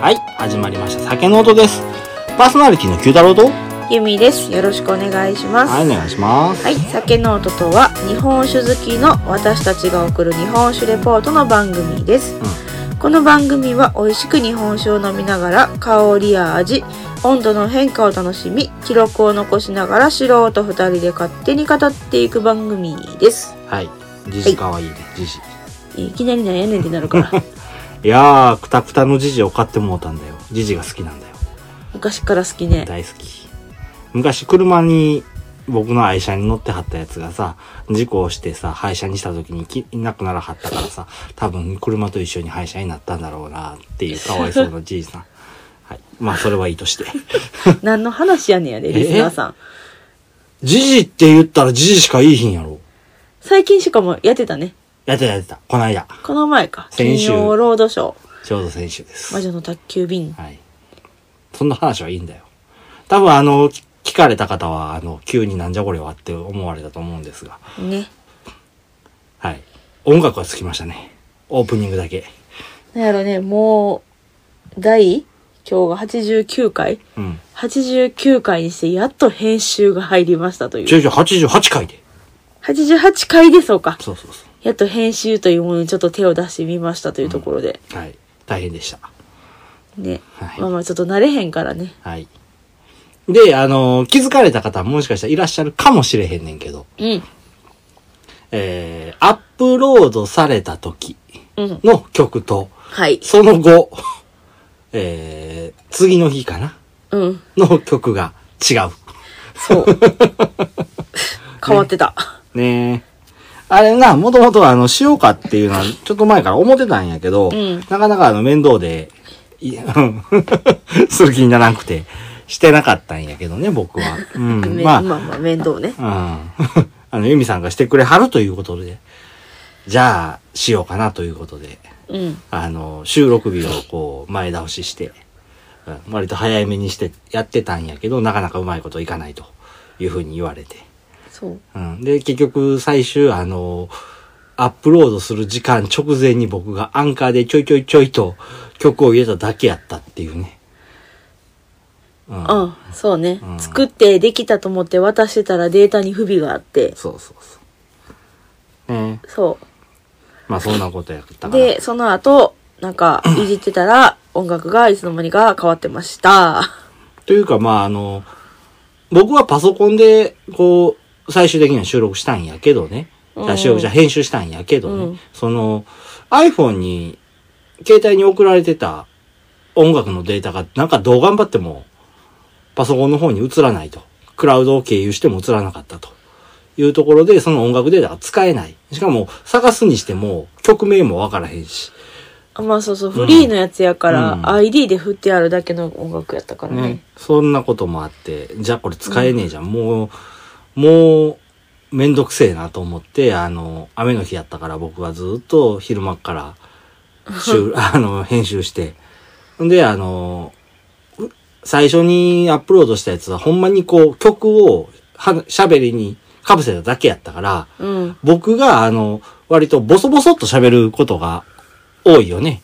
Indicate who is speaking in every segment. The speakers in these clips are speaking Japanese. Speaker 1: はい、始まりました。酒の音です。パーソナリティの九太郎と、はい、
Speaker 2: ゆみです。よろしくお願いします。
Speaker 1: お願いします。
Speaker 2: はい、酒ノートとは日本酒好きの私たちが送る日本酒レポートの番組です、この番組は美味しく日本酒を飲みながら香りや味温度の変化を楽しみ記録を残しながら素人2人で勝手に語っていく番組 です
Speaker 1: はい、じじかわいいね、じじ。
Speaker 2: いきなりなんやねんってなるから
Speaker 1: いやー、くたくたのじじを買ってもうたんだよ。じじが好きなんだよ。
Speaker 2: 昔から好 きね
Speaker 1: 大好き。昔、車に、僕の愛車に乗ってはったやつがさ、事故をしてさ、廃車にした時にきいなくならはったからさ、多分車と一緒に廃車になったんだろうなっていうかわいそうなじい さん。はい。まあ、それはいいとして。
Speaker 2: 何の話やねんやでリスナーさん
Speaker 1: じじって言ったらじじしかいいひんやろ。
Speaker 2: 最近しかもやってたね
Speaker 1: やってたやってた。この間。
Speaker 2: この前か金
Speaker 1: 先週
Speaker 2: 曜ロードショー
Speaker 1: ちょうど先週です。
Speaker 2: 魔女の宅急便
Speaker 1: はい。そんな話はいいんだよ。多分あの、き聞かれた方は、あの、急になんじゃこれはって思われたと思うんですが、
Speaker 2: ね
Speaker 1: はい。音楽はつきましたね。オープニングだけ。
Speaker 2: なんやろね、もう、第、今日が89回
Speaker 1: うん。
Speaker 2: ?89 回にして、やっと編集が入りましたとい
Speaker 1: ちょ
Speaker 2: う。
Speaker 1: いちょい88回で。
Speaker 2: 88回でそうか。
Speaker 1: そうそうそ
Speaker 2: やっと編集というものにちょっと手を出してみましたというところで。
Speaker 1: う。はい。大変でした。
Speaker 2: ね。
Speaker 1: はい
Speaker 2: まあまあ、ちょっと慣れへんからね。
Speaker 1: はい。で、あの、気づかれた方もしかしたらいらっしゃるかもしれへんねんけど、
Speaker 2: うん。
Speaker 1: えー、アップロードされた時
Speaker 2: うん。
Speaker 1: の曲と、
Speaker 2: はい。
Speaker 1: その後、えー、次の日かな
Speaker 2: うん。
Speaker 1: の曲が違う。
Speaker 2: そう。変わってた。
Speaker 1: ねえ。あれな、もともとあの、しようかっていう のは、ちょっと前から思ってたんやけど、
Speaker 2: うん
Speaker 1: なかなかあの、面倒で、い する気にならなくて、してなかったんやけどね、僕は。うん。
Speaker 2: め
Speaker 1: ま
Speaker 2: ま
Speaker 1: あ
Speaker 2: あ、まあ、面倒ね。
Speaker 1: うん。 あの、ゆみさんがしてくれはるということで、じゃあ、しようかなということで、
Speaker 2: うん。
Speaker 1: あの、収録日をこう、前倒しして、うん割と早めにしてやってたんやけど、なかなかうまいこといかないというふうに言われて。
Speaker 2: そう。
Speaker 1: うん。で、結局、最終、あの、アップロードする時間直前に僕がアンカーでちょいちょいちょいと曲を入れただけやったっていうね。うん。
Speaker 2: うん、そうね、
Speaker 1: うん
Speaker 2: 作ってできたと思って渡してたらデータに不備があって。
Speaker 1: そうそうそう。ね
Speaker 2: そう。
Speaker 1: まあそんなことやったから。
Speaker 2: で、その後、なんか、いじってたら、音楽がいつの間にか変わってました。
Speaker 1: というか、まああの、僕はパソコンで、こう、最終的には収録したんやけどね。
Speaker 2: うん
Speaker 1: 収録じゃ編集したんやけどね。
Speaker 2: うん
Speaker 1: その、iPhone に、携帯に送られてた音楽のデータが、なんかどう頑張っても、パソコンの方に移らないと。クラウドを経由しても移らなかったと。いうところで、その音楽データが使えない。しかも、探すにしても、曲名もわからへんし。
Speaker 2: あまあそうそう、フリーのやつやから、
Speaker 1: うん
Speaker 2: ID で振ってあるだけの音楽やったからね。
Speaker 1: ね、そんなこともあって、じゃあこれ使えねえじゃん。もう、もう、めんどくせえなと思って、あの、雨の日やったから僕はずっと昼間っから、収あの、編集して。んで、あの、う最初にアップロードしたやつは、ほんまにこう、曲をは喋りに被せただけやったから、
Speaker 2: うん。
Speaker 1: 僕が、あの、割とボソボソっと喋ることが多いよね。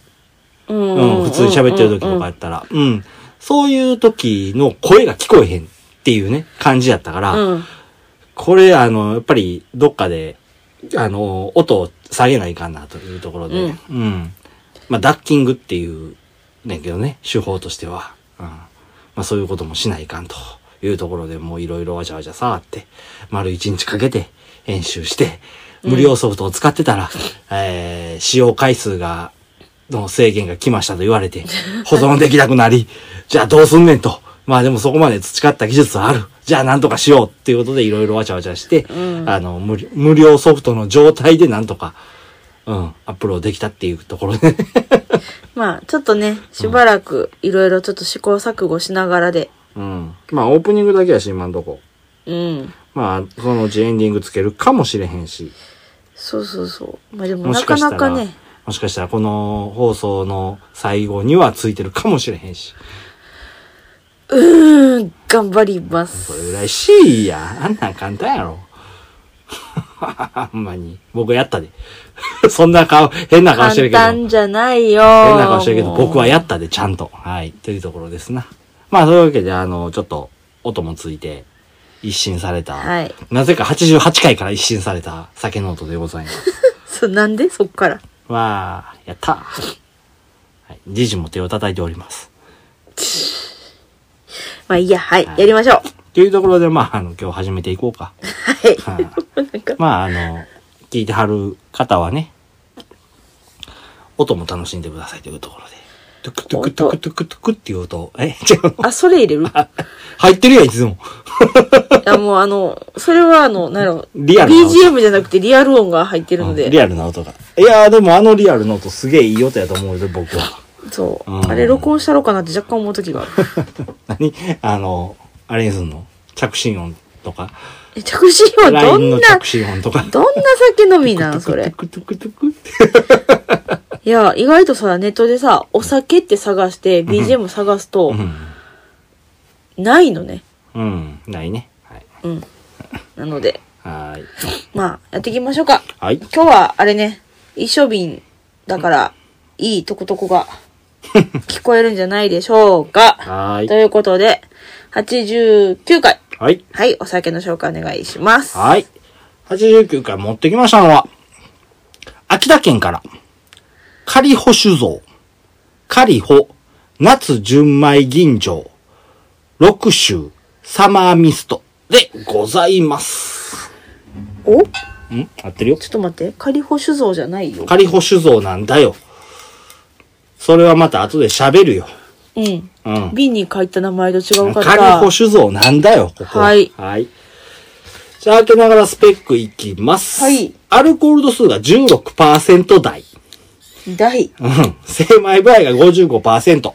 Speaker 2: うん
Speaker 1: うん、普通に喋ってる時
Speaker 2: う
Speaker 1: と
Speaker 2: ん
Speaker 1: かやったら、うん。そういう時の声が聞こえへんっていうね、感じやったから、
Speaker 2: うん。
Speaker 1: これ、あの、やっぱり、どっかで、あの、音を下げないかなというところで、うん。まあ、ダッキングっていう、ねんけどね、手法としては、うん。まあ、そういうこともしないかんというところでもういろいろわちゃわちゃさーって、丸一日かけて編集して、無料ソフトを使ってたら、えー、使用回数が、の制限が来ましたと言われて、保存できなくなり、じゃあどうすんねんと。まあでもそこまで培った技術はある。じゃあなんとかしようっていうことでいろいろわちゃわちゃして、あの無料、無料ソフトの状態でなんとか、うん、アップロードできたっていうところで、
Speaker 2: まあ、ちょっとね、しばらく、いろいろちょっと試行錯誤しながらで。
Speaker 1: うん。まあオープニングだけやし、今んとこ。
Speaker 2: うん。
Speaker 1: まあ、そのうちエンディングつけるかもしれへんし。
Speaker 2: そうそうそう。まあでも、
Speaker 1: も
Speaker 2: な
Speaker 1: し
Speaker 2: か
Speaker 1: かした
Speaker 2: な
Speaker 1: ら、
Speaker 2: かね、
Speaker 1: もしかしたらこの放送の最後にはついてるかもしれへんし。
Speaker 2: うーん、頑張りま
Speaker 1: そ
Speaker 2: す。
Speaker 1: れ嬉し いやん。あんなん簡単やろ。ほんまに。僕やったで。 そんな顔、変な顔してるけ
Speaker 2: 簡
Speaker 1: ど。
Speaker 2: 単じゃないよ。
Speaker 1: 変な顔してるけど、僕は
Speaker 2: や。
Speaker 1: やったで、ちゃんと。はい。というところですな。まあ、そういうわけで、あの、ちょっと、音もついて、一新された。
Speaker 2: はい。
Speaker 1: なぜか88回から一新された酒の音でござい ます。
Speaker 2: そう、なんでそっから。
Speaker 1: わあ、やった。はい。じじも手を叩いております。
Speaker 2: まあいいや、はい
Speaker 1: は。い
Speaker 2: やりましょう。
Speaker 1: というところで、まあ、あの、今日始めていこうか。
Speaker 2: は
Speaker 1: は
Speaker 2: い。
Speaker 1: い。
Speaker 2: なんか、
Speaker 1: まあ、あの、聞いてはる方はね、音も楽しんでくださいというところで。トゥクトゥクトゥクトゥクトゥクっていう音。え 違うの
Speaker 2: あ、それ入れるい
Speaker 1: 入ってるやん、いつでも。
Speaker 2: や、もうあの、それはあの、なんやろ。
Speaker 1: リアルな音
Speaker 2: BGM じゃなくてリアル音が入ってるの
Speaker 1: うんリ
Speaker 2: で。
Speaker 1: アルな音が。いやー、でもあのリアルの音すげえいい音やと思うよ、僕は。
Speaker 2: そう
Speaker 1: う。ん
Speaker 2: あれ録音したろうかなって若干思う時がある。
Speaker 1: 何あの、あれにすんの着信音とか。
Speaker 2: え、着信音ど
Speaker 1: LINE
Speaker 2: ん
Speaker 1: の
Speaker 2: な
Speaker 1: 着、信音とか。
Speaker 2: どんな酒飲みなんそれ。
Speaker 1: トゥクトゥクトゥクトゥク
Speaker 2: いや、意外とさ、ネットでさ、お酒って探して、BGM 探すと、ないのね。
Speaker 1: うん。うん。ないね。はい。
Speaker 2: うん。なので、
Speaker 1: はーい。
Speaker 2: まあ、やっていきましょうか。
Speaker 1: はい。
Speaker 2: 今日は、あれね、一生瓶だから、いいとことこが、聞こえるんじゃないでしょう か。
Speaker 1: はー
Speaker 2: と
Speaker 1: い。
Speaker 2: いうことで、89回。
Speaker 1: はい。
Speaker 2: はい、お酒の紹介お願いします。
Speaker 1: はい。89回持ってきましたのは、秋田県から、仮保酒造、仮保、夏純米吟醸、六州、サマーミストでございます。
Speaker 2: おちょ
Speaker 1: ん合ってるよ。
Speaker 2: っと待って、仮保酒造じゃないよ。
Speaker 1: 仮保酒造なんだよ。それはまた後で喋るよ。
Speaker 2: うん。
Speaker 1: うん。
Speaker 2: 瓶に書いた名前と違うから。
Speaker 1: 仮保酒造なんだよ、ここ。
Speaker 2: はい
Speaker 1: はい。じゃあ開けながらスペックいきます。
Speaker 2: はい。
Speaker 1: アルコール度数が16%台。
Speaker 2: 大。
Speaker 1: うん。精米部合が55%。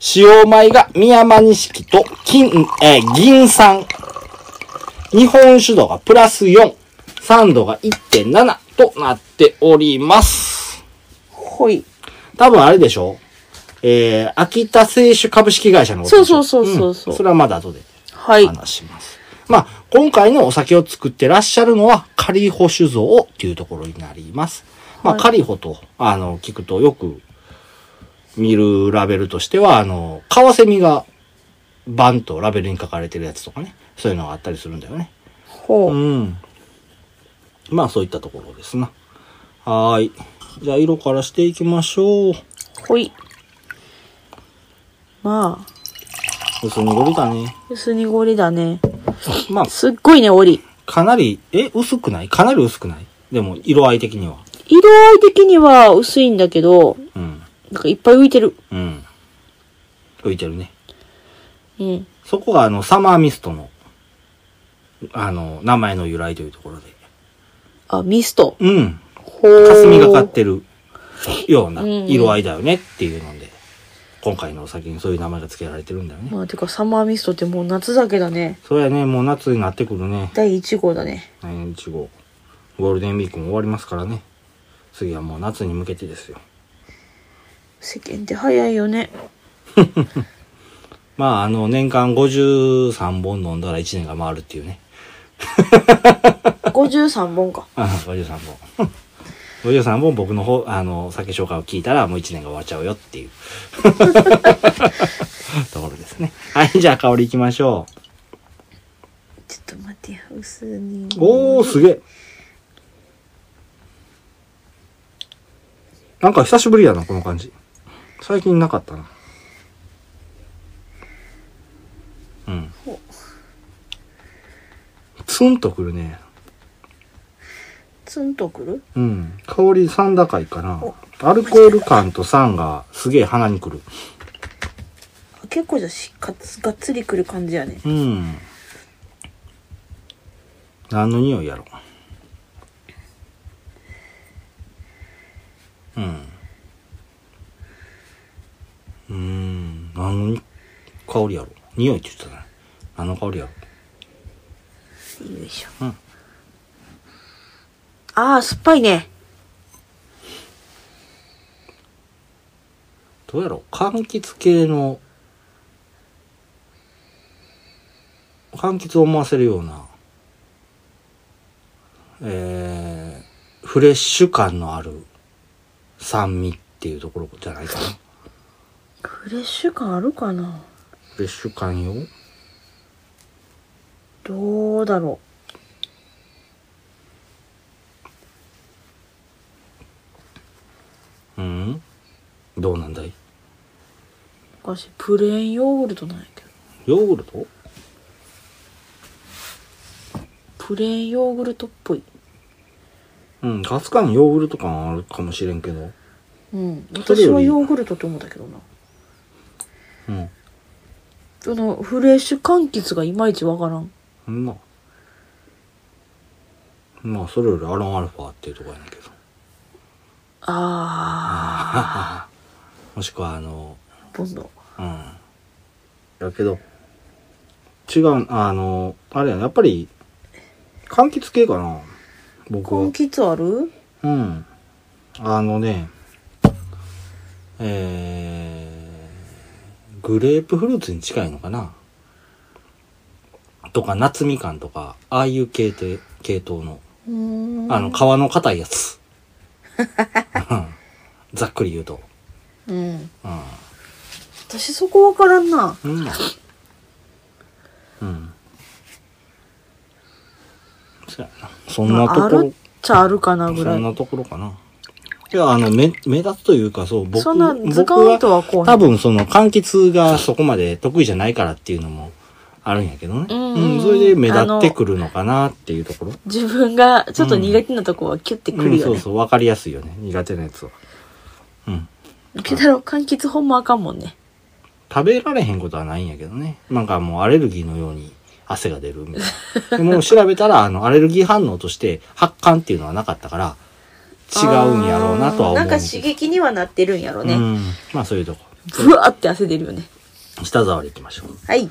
Speaker 1: 使用米が宮間錦と金、えー銀酸。日本酒度がプラス4。酸度が1.7となっております。
Speaker 2: ほい。
Speaker 1: 多分あれでしょえー、秋田製酒株式会社のことでしょ
Speaker 2: そうそうそうそうそうん
Speaker 1: それはまだ後で。
Speaker 2: はい。
Speaker 1: 話します。まあ、今回のお酒を作ってらっしゃるのは、カリホ酒造っていうところになります。まあ、
Speaker 2: はい
Speaker 1: カリホと、あの、聞くとよく見るラベルとしては、あの、カワセミがバンとラベルに書かれてるやつとかね、そういうのがあったりするんだよね。
Speaker 2: ほう。
Speaker 1: うん。まあ、そういったところですな。はーい。じゃあ、色からしていきましょう。
Speaker 2: ほい。まあ、
Speaker 1: 薄濁りだね。
Speaker 2: 薄濁りだね。
Speaker 1: まあ、
Speaker 2: すっごいね、折り。
Speaker 1: かなり、え、薄くないかなり薄くないでも、色合い的には。
Speaker 2: 色合い的には薄いんだけど、
Speaker 1: うん。
Speaker 2: なんかいっぱい浮いてる。
Speaker 1: うん。浮いてるね。
Speaker 2: うん。
Speaker 1: そこがあの、サマーミストの、あの、名前の由来というところで。
Speaker 2: あ、ミスト。
Speaker 1: うん。
Speaker 2: ほう。
Speaker 1: 霞がかってるような
Speaker 2: うん
Speaker 1: 色合いだよねっていうので、今回のお酒にそういう名前が付けられてるんだよね。
Speaker 2: まあ、てか、サマーミストってもう夏酒だね。
Speaker 1: それはね、もう夏になってくるね。
Speaker 2: 第1号だね。
Speaker 1: 来年1号。ゴールデンウィークも終わりますからね。次はもう夏に向けてですよ。
Speaker 2: 世間って早いよね。
Speaker 1: まあ、あの、年間53本飲んだら1年が回るっていうね。
Speaker 2: 53本か。
Speaker 1: あ53本。53本僕の方、あの、酒紹介を聞いたらもう1年が終わっちゃうよっていうところですね。はい、じゃあ香りいきましょ
Speaker 2: ちょっと待ってよ、薄に。
Speaker 1: う。おー、すげえ。なんか久しぶりやな、この感じ。最近なかったな。うん。ツンとくるね。
Speaker 2: ツンとくる
Speaker 1: うん。香り酸高いかな。アルコール感と酸がすげえ鼻にくる。
Speaker 2: あ結構じゃし、かつがっつりくる感じやね。
Speaker 1: うん。何の匂いやろ。うん。うーん。何のに香りやろ。匂いって言ってたね。何の香りやろ。
Speaker 2: よいしょ。
Speaker 1: うん
Speaker 2: ああ、酸っぱいね。
Speaker 1: どうやろう柑橘系の、柑橘を思わせるような、えー、フレッシュ感のある酸味っていうところじゃないかな。
Speaker 2: フレッシュ感あるかな
Speaker 1: フレッシュ感よ。
Speaker 2: どうだろ
Speaker 1: うんどうなんだいう
Speaker 2: 私プレーンヨーグルトなんやけど
Speaker 1: ヨーグルト
Speaker 2: プレーンヨーグルトっぽい
Speaker 1: うん、ガス感ヨーグルト感あるかもしれんけど。
Speaker 2: うん
Speaker 1: それ
Speaker 2: 私
Speaker 1: よ
Speaker 2: は
Speaker 1: り
Speaker 2: ヨーグルトと思ったけどな
Speaker 1: うん。
Speaker 2: そのフレッシュ柑橘がいまいちわからん
Speaker 1: うんまあ。まあ、それよりアロンアルファっていうところやねんけど。
Speaker 2: あ
Speaker 1: もしくは、あの、
Speaker 2: あ ボンド
Speaker 1: うん。やけど、違う、あの、あれやな、やっぱり、柑橘系かな。僕は
Speaker 2: 柑。橘ある
Speaker 1: うん。あのね、えー、グレープフルーツに近いのかなとか、夏みかんとか、ああいう系統、系統の、
Speaker 2: うーん
Speaker 1: あの、皮の硬いや つ。うんざっくり言うと。
Speaker 2: うん
Speaker 1: うん。
Speaker 2: 私そこわからんな
Speaker 1: うん。うん。そやな。そんなと
Speaker 2: あ
Speaker 1: こ
Speaker 2: る
Speaker 1: ろ
Speaker 2: っ、ちゃあるかなぐ
Speaker 1: そ
Speaker 2: ら
Speaker 1: ん
Speaker 2: い
Speaker 1: なところかな。いや、あの、目、目立つというか、そう、僕
Speaker 2: そんな図
Speaker 1: 僕は
Speaker 2: 鑑とはこう
Speaker 1: 多分その柑橘がそこまで得意じゃないからっていうのもあるんやけどね。
Speaker 2: うんうんうん
Speaker 1: それで目立ってくるのかなっていうところ。
Speaker 2: 自分がちょっと苦手なとこはキュッてく
Speaker 1: うん、
Speaker 2: るよ
Speaker 1: そう
Speaker 2: ね
Speaker 1: そう、わかりやすいよね。苦手なやつは。うん。
Speaker 2: けど柑橘ほんまあかんもんね
Speaker 1: 食べられへんことはないんやけどね。なんかもうアレルギーのように汗が出るみたいな。でもう調べたら、あの、アレルギー反応として発汗っていうのはなかったから、違うんやろうなとは思う。
Speaker 2: あーなんか刺激にはなってるんやろ
Speaker 1: う
Speaker 2: ね
Speaker 1: ん。まあそういうとこ。
Speaker 2: ふわって汗出るよね
Speaker 1: 舌触りいきましょう。
Speaker 2: はい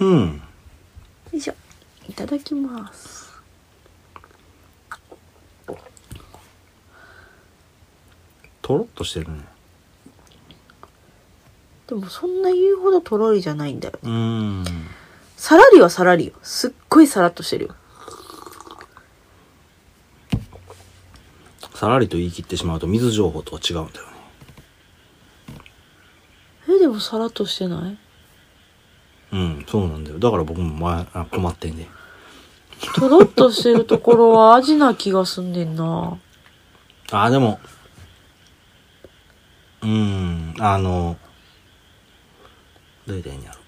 Speaker 1: うん。
Speaker 2: よいしょいただきます
Speaker 1: とろっとしてるね。
Speaker 2: でもそんな言うほどとろりじゃないんだよ
Speaker 1: うん。
Speaker 2: さらりはさらりよすっごいさらっとしてるよ
Speaker 1: さらりと言い切ってしまうと水情報とは違うんだよね。
Speaker 2: えでもさらっとして ない
Speaker 1: うん、そうなんだよ。だから僕も前あ困ってんね。
Speaker 2: とろっとしてるところは味な気がすんねんな
Speaker 1: ああ、でも、うん、あの、どう言ったらいいんやろ。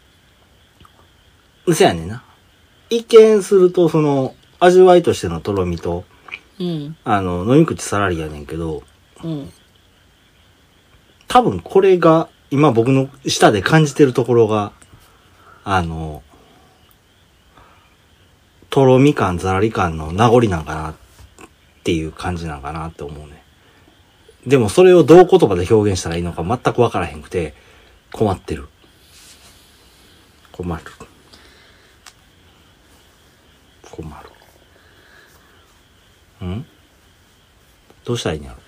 Speaker 1: うせやねんな。一見すると、その、味わいとしてのとろみと、
Speaker 2: うん
Speaker 1: あの、飲み口さらりやねんけど、
Speaker 2: うん
Speaker 1: 多分これが、今僕の舌で感じてるところが、あの、とろみ感、ざらり感の名残なんかなっていう感じなんかなって思うね。でもそれをどう言葉で表現したらいいのか全くわからへんくて、困ってる。困る。困る。んどうしたらいいんやろ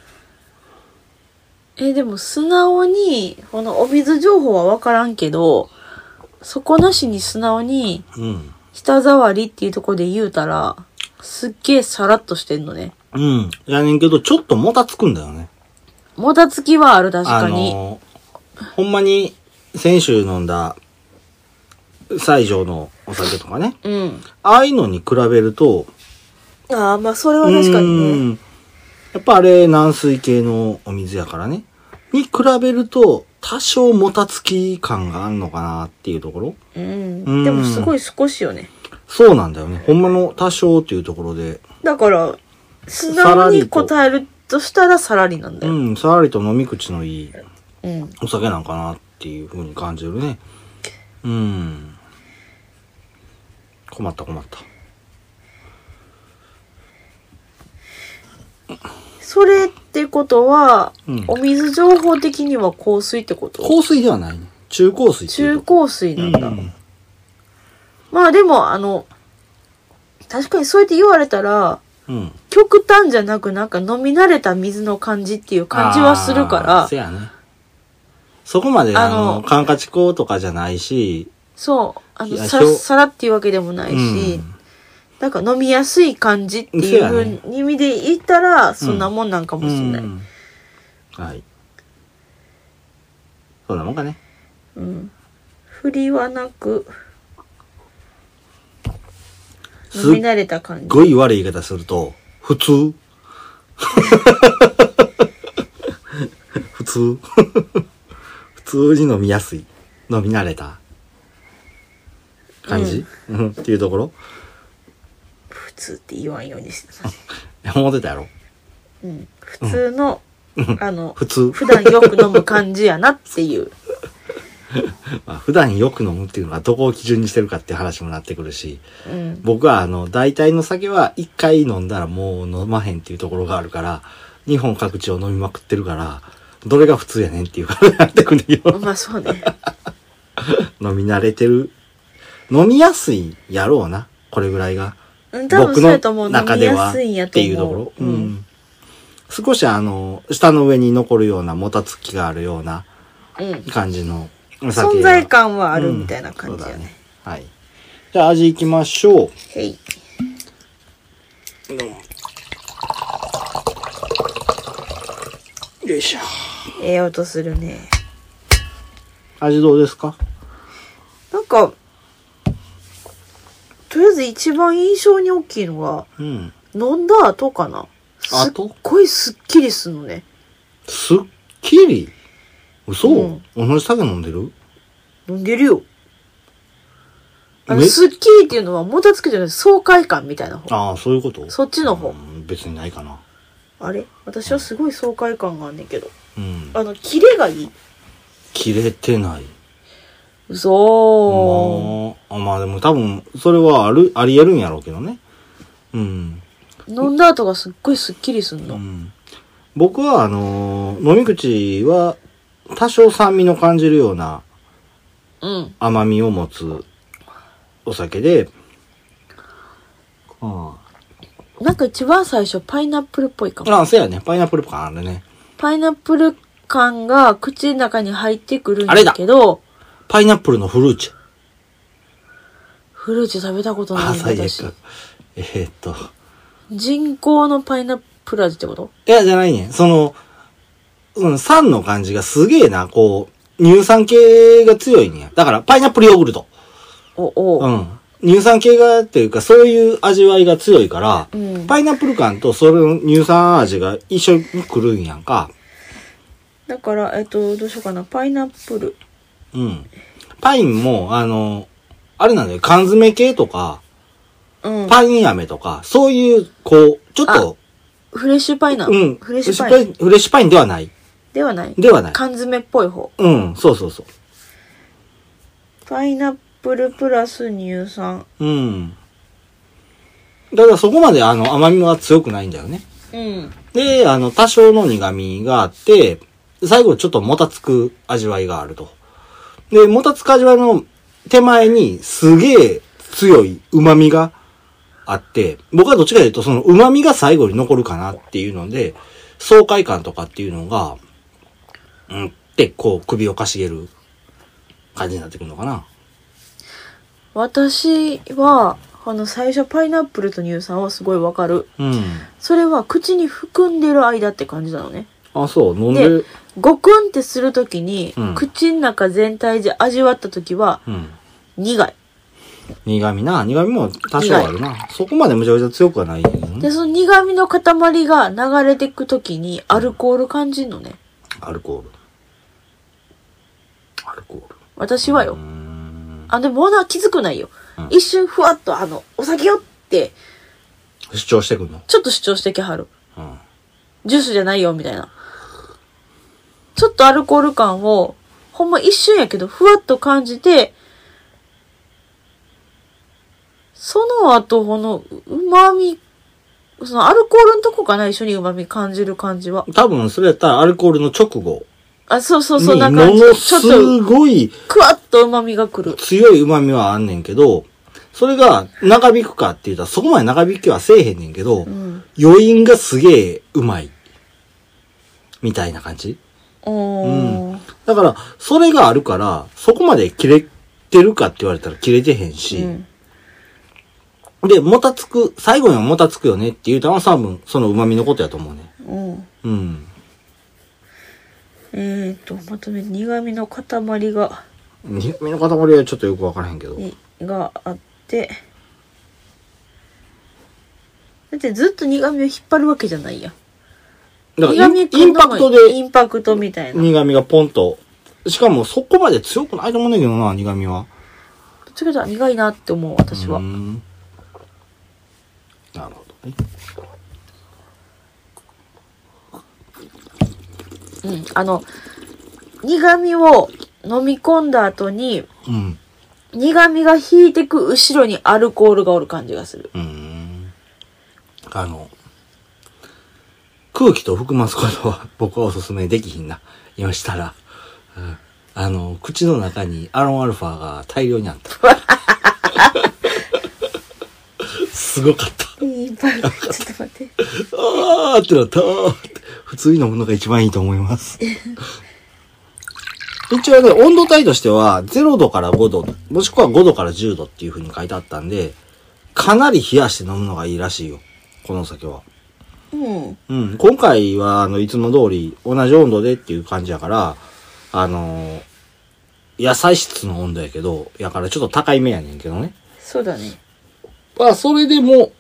Speaker 2: えでも素直にこのお水情報は分からんけど底なしに素直に
Speaker 1: うん。
Speaker 2: 舌触りっていうところで言うたらすっげえさらっとしてんのね
Speaker 1: うん。やねんけど、ちょっともたつくんだよね。
Speaker 2: もたつきはある確か
Speaker 1: あ
Speaker 2: に
Speaker 1: の、ほんまに、先週飲んだ、西条のお酒とかね。
Speaker 2: うん
Speaker 1: ああいうのに比べると、
Speaker 2: ああまあそれは確かにね
Speaker 1: ね。やっぱあれ、軟水系のお水やからね。に比べると、多少もたつき感があんのかなっていうところ。
Speaker 2: うん、
Speaker 1: うん
Speaker 2: でもすごい少しよね
Speaker 1: そうなんだよね。ほんまの多少っていうところで、
Speaker 2: だから素直に答えるとしたらさらりなんだ
Speaker 1: う
Speaker 2: よ、
Speaker 1: ん、さらりと飲み口のいい
Speaker 2: うん
Speaker 1: お酒なんかなっていう風に感じるね。うん。困った困った。
Speaker 2: それってことは、
Speaker 1: うん
Speaker 2: お水情報的には香水ってこと
Speaker 1: 香水ではないね。中香水ってい
Speaker 2: 中
Speaker 1: うと。
Speaker 2: 香水なんだ、
Speaker 1: うん
Speaker 2: まあでもあの確かにそうやって言われたら
Speaker 1: うん。
Speaker 2: 極端じゃなくなんか飲み慣れた水の感じっていう感じはするか
Speaker 1: あー
Speaker 2: ら
Speaker 1: せやね。そこまで、あ
Speaker 2: あ
Speaker 1: の、
Speaker 2: の
Speaker 1: カンカチ粉とかじゃないし、
Speaker 2: そうあの
Speaker 1: いや
Speaker 2: さら
Speaker 1: 表
Speaker 2: さらっていうわけでもないし、
Speaker 1: うん
Speaker 2: なんか飲みやすい感じっていう
Speaker 1: そうやね
Speaker 2: ふうに意味で言ったらそんなもんなんかもしれない、
Speaker 1: うんはい。そんなもんかね。
Speaker 2: うん振りはなく
Speaker 1: す
Speaker 2: 飲
Speaker 1: っ
Speaker 2: み慣れた感じ
Speaker 1: ごい悪い言い方すると、普通。 普通。普通に飲みやすい。飲み慣れた。感じ、うん、っていうところ
Speaker 2: 普通って言わんようにしてた、
Speaker 1: 思ってたやろ
Speaker 2: うん、普通の、あの
Speaker 1: 普通。
Speaker 2: 普段よく飲む感じやなっていう
Speaker 1: まあ普段よく飲むっていうのはどこを基準にしてるかっていう話もなってくるし、
Speaker 2: うん
Speaker 1: 僕はあの、大体の酒は一回飲んだらもう飲まへんっていうところがあるから、日本各地を飲みまくってるから、どれが普通やねんっていう話になってくるんだけど、
Speaker 2: まあそうね
Speaker 1: 飲み慣れてる。飲みやすいやろうな、これぐらいが。
Speaker 2: うん多分
Speaker 1: 僕
Speaker 2: そうやと思
Speaker 1: の
Speaker 2: う飲
Speaker 1: 中
Speaker 2: み
Speaker 1: では
Speaker 2: や
Speaker 1: っ
Speaker 2: すいんやと
Speaker 1: て
Speaker 2: 思う
Speaker 1: いうところ。う
Speaker 2: うん
Speaker 1: ん。少しあの、舌の上に残るような、もたつきがあるような
Speaker 2: うん、
Speaker 1: 感じのお酒が
Speaker 2: 存在感はあるみたいな感じやね,、
Speaker 1: うんそうだはい。じゃあ味いきましょう。
Speaker 2: へい
Speaker 1: よいしょ。
Speaker 2: ええ音するね
Speaker 1: 味どうですか
Speaker 2: なんかとりあえず一番印象に大きいのが
Speaker 1: うん。
Speaker 2: 飲んだ後かなすっ
Speaker 1: 後
Speaker 2: ごいすっきりすんのね
Speaker 1: すっきり嘘、
Speaker 2: うん
Speaker 1: 同じ酒飲んでる
Speaker 2: 飲んでるよあの
Speaker 1: め
Speaker 2: すっきりっていうのはもたつきじゃない爽快感みたいな方
Speaker 1: ああ、そういうこと
Speaker 2: そっちの方
Speaker 1: うん別にないかな。
Speaker 2: あれ私はすごい爽快感があんねんけど
Speaker 1: うん。
Speaker 2: あのキレがいい
Speaker 1: 切れてない。
Speaker 2: 嘘
Speaker 1: まあ、まあでも多分、それはある、あり得るんやろうけどね。うん。
Speaker 2: 飲んだ後がすっごいすっきりすん
Speaker 1: う
Speaker 2: の、
Speaker 1: ん、僕は、あのー飲み口は、多少酸味の感じるような
Speaker 2: うん。
Speaker 1: 甘みを持つお酒で、あ
Speaker 2: なんか一番最初パイナップルっぽいかも。
Speaker 1: あ、あそうやね。パイナップル感あるね。
Speaker 2: パイナップル感が口の中に入ってくるんだけど、
Speaker 1: パイナップルのフルーチェ。
Speaker 2: フルーツ食べたこと
Speaker 1: あ
Speaker 2: な
Speaker 1: あ、
Speaker 2: いんだ
Speaker 1: 最
Speaker 2: 私
Speaker 1: 悪。えーっと。
Speaker 2: 人工のパイナップル味ってこと
Speaker 1: いや、じゃないね。その、うん、酸の感じがすげえな、こう、乳酸系が強いねや。だから、パイナップルヨーグルト。
Speaker 2: お、
Speaker 1: う
Speaker 2: お、
Speaker 1: ん。乳酸系が、っていうか、そういう味わいが強いから、
Speaker 2: うん
Speaker 1: パイナップル感とそれの乳酸味が一緒に来るんやんか。
Speaker 2: だから、えっと、どうしようかな。パイナップル。
Speaker 1: うん。パインも、あの、あれなんだよ、缶詰系とか、
Speaker 2: うん。
Speaker 1: パイン飴とか、そういう、こう、ちょっと、
Speaker 2: フレッシュパイナ。
Speaker 1: うん。
Speaker 2: フレッシュパイナ。
Speaker 1: フレッシュパインではない。
Speaker 2: ではない。
Speaker 1: ではない。
Speaker 2: 缶詰っぽい方。
Speaker 1: うん、そうそうそ
Speaker 2: パイナップルプラス乳酸。
Speaker 1: う。うん。だからそこまであの甘みは強くないんだよね。
Speaker 2: うん。
Speaker 1: で、あの、多少の苦味があって、最後ちょっともたつく味わいがあると。で、もたつく味わいの手前にすげえ強い旨味があって、僕はどっちかというとその旨味が最後に残るかなっていうので、爽快感とかっていうのが、うんってこう首をかしげる感じになってくるのかな。
Speaker 2: 私は、あの、最初パイナップルと乳酸はすごいわかる。
Speaker 1: うん。
Speaker 2: それは口に含んでる間って感じなのね。
Speaker 1: あ、そう、飲んで
Speaker 2: で、ゴクンってするときに、
Speaker 1: うん
Speaker 2: 口の中全体で味わったときは、
Speaker 1: うん。
Speaker 2: 苦い。
Speaker 1: 苦味な。苦味も多少あるな。そこまでむちゃくちゃ強くはないんだけどね
Speaker 2: で、その苦味の塊が流れてくときに、アルコール感じんのね。
Speaker 1: アルコール。アルコール。
Speaker 2: 私はよ
Speaker 1: うー。ん。
Speaker 2: あ、でもまだ気づくないよ
Speaker 1: うん。
Speaker 2: 一瞬ふわっと、あの、お酒よって、
Speaker 1: 主張してくんの
Speaker 2: ちょっと主張してきはる。
Speaker 1: うん。
Speaker 2: ジュースじゃないよ、みたいな。ちょっとアルコール感を、ほんま一瞬やけど、ふわっと感じて、その後、この、旨味、そのアルコールのとこかな、一緒に旨味感じる感じは。
Speaker 1: 多分、それやったらアルコールの直後
Speaker 2: あ、そうそう、
Speaker 1: に、
Speaker 2: そんな
Speaker 1: も
Speaker 2: 感じ。
Speaker 1: の
Speaker 2: ちょっと
Speaker 1: す、ごい
Speaker 2: くわっと旨味が来る。
Speaker 1: 強い旨味はあんねんけど、それが長引くかって言ったらそこまで長引きはせえへんねんけど
Speaker 2: う、ん。
Speaker 1: 余韻がすげえうまい。みたいな感じ
Speaker 2: おー。
Speaker 1: だから、それがあるから、そこまでキレってるかって言われたら切れてへんし、
Speaker 2: うん
Speaker 1: で、もたつく、最後にはもたつくよねっていうのは多分、その旨味のことやと思うね。
Speaker 2: うん
Speaker 1: うん。
Speaker 2: えー、っとまとめて苦味の塊が
Speaker 1: 苦味の塊はちょっとよくわからへんけど。
Speaker 2: いがあってだってずっと苦味を引っ張るわけじゃないやん
Speaker 1: だから
Speaker 2: 苦
Speaker 1: イン
Speaker 2: 味
Speaker 1: インパクト
Speaker 2: イ
Speaker 1: で
Speaker 2: ンパクトみたいなどっ
Speaker 1: 苦味がポンと。しかもそこまで強くないと思うねんだけどな、苦味は。
Speaker 2: ちかというと苦いなって思う私は
Speaker 1: うーんなるほどね。
Speaker 2: うん、あの、苦味を飲み込んだ後に、
Speaker 1: うん。
Speaker 2: 苦味が引いてく後ろにアルコールがおる感じがする。
Speaker 1: うーん。あの、空気と含ますことは僕はおすすめできひんな。今したら。うんあの、口の中にアロンアルファが大量にあった。すごかった。
Speaker 2: いっぱい、ちょっと待って。
Speaker 1: あーってなった。普通に飲むのが一番いいと思います。一応ね、温度帯としては0度から5度、もしくは5度から10度っていう風に書いてあったんで、かなり冷やして飲むのがいいらしいよ。このお酒は。
Speaker 2: うん。
Speaker 1: うん。今回は、あの、いつも通り同じ温度でっていう感じやから、あのー野菜室の温度やけど、やからちょっと高いめやねんけどね。
Speaker 2: そうだね。
Speaker 1: まあ、それでも、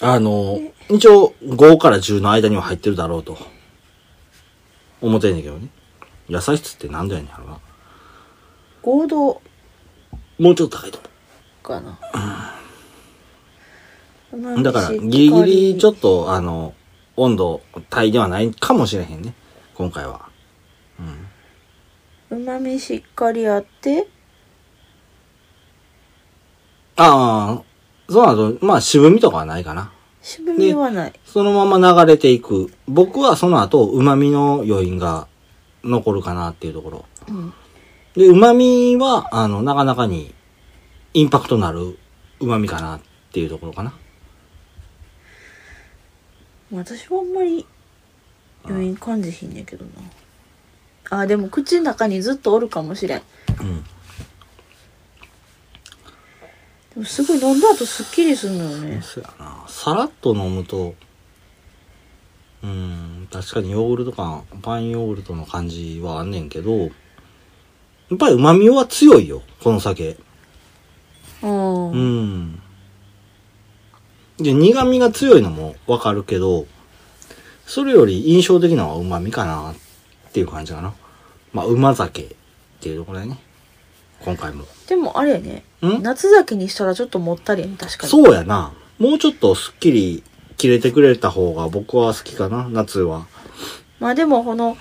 Speaker 1: あの、一応5から10の間には入ってるだろうと。思ってんねんけどね。野菜室って何度やねんやろな。
Speaker 2: 合同
Speaker 1: もうちょっと高いと
Speaker 2: かな。
Speaker 1: 思う。だから、ギリギリちょ
Speaker 2: っ
Speaker 1: っと、あの、温度帯ではないかもしれへんね。今回は。
Speaker 2: と。うまみしっかりあって、
Speaker 1: ああ、そうなの、まあ渋みとかはないかな。
Speaker 2: 渋みはない。
Speaker 1: そのまま流れていく。僕はその後、旨味の余韻が残るかなっていうところ。
Speaker 2: うん。
Speaker 1: で、旨味は、あの、なかなかにインパクトのある旨味かなっていうところかな。
Speaker 2: 私はあんまり余韻感じひんねんけどな。あー、でも口の中にずっとおるかもしれん。
Speaker 1: うん。
Speaker 2: でもすごい飲んだ後すっきりすんのよね。
Speaker 1: そうやな。さらっと飲むと、うん、確かにヨーグルト感、パインヨーグルトの感じはあんねんけど、やっぱり旨味は強いよ、この酒。
Speaker 2: うん。
Speaker 1: うん。で、苦味が強いのもわかるけど、それより印象的なのは旨味かなっていう感じかな。まあ、馬酒っていうところだね。今回も。
Speaker 2: でもあれやね
Speaker 1: ん
Speaker 2: 夏酒にしたらちょっともったりやね確かに
Speaker 1: そうやな。もうちょっとスッキリ切れてくれた方が僕は好きかな、夏は。
Speaker 2: まあでもこの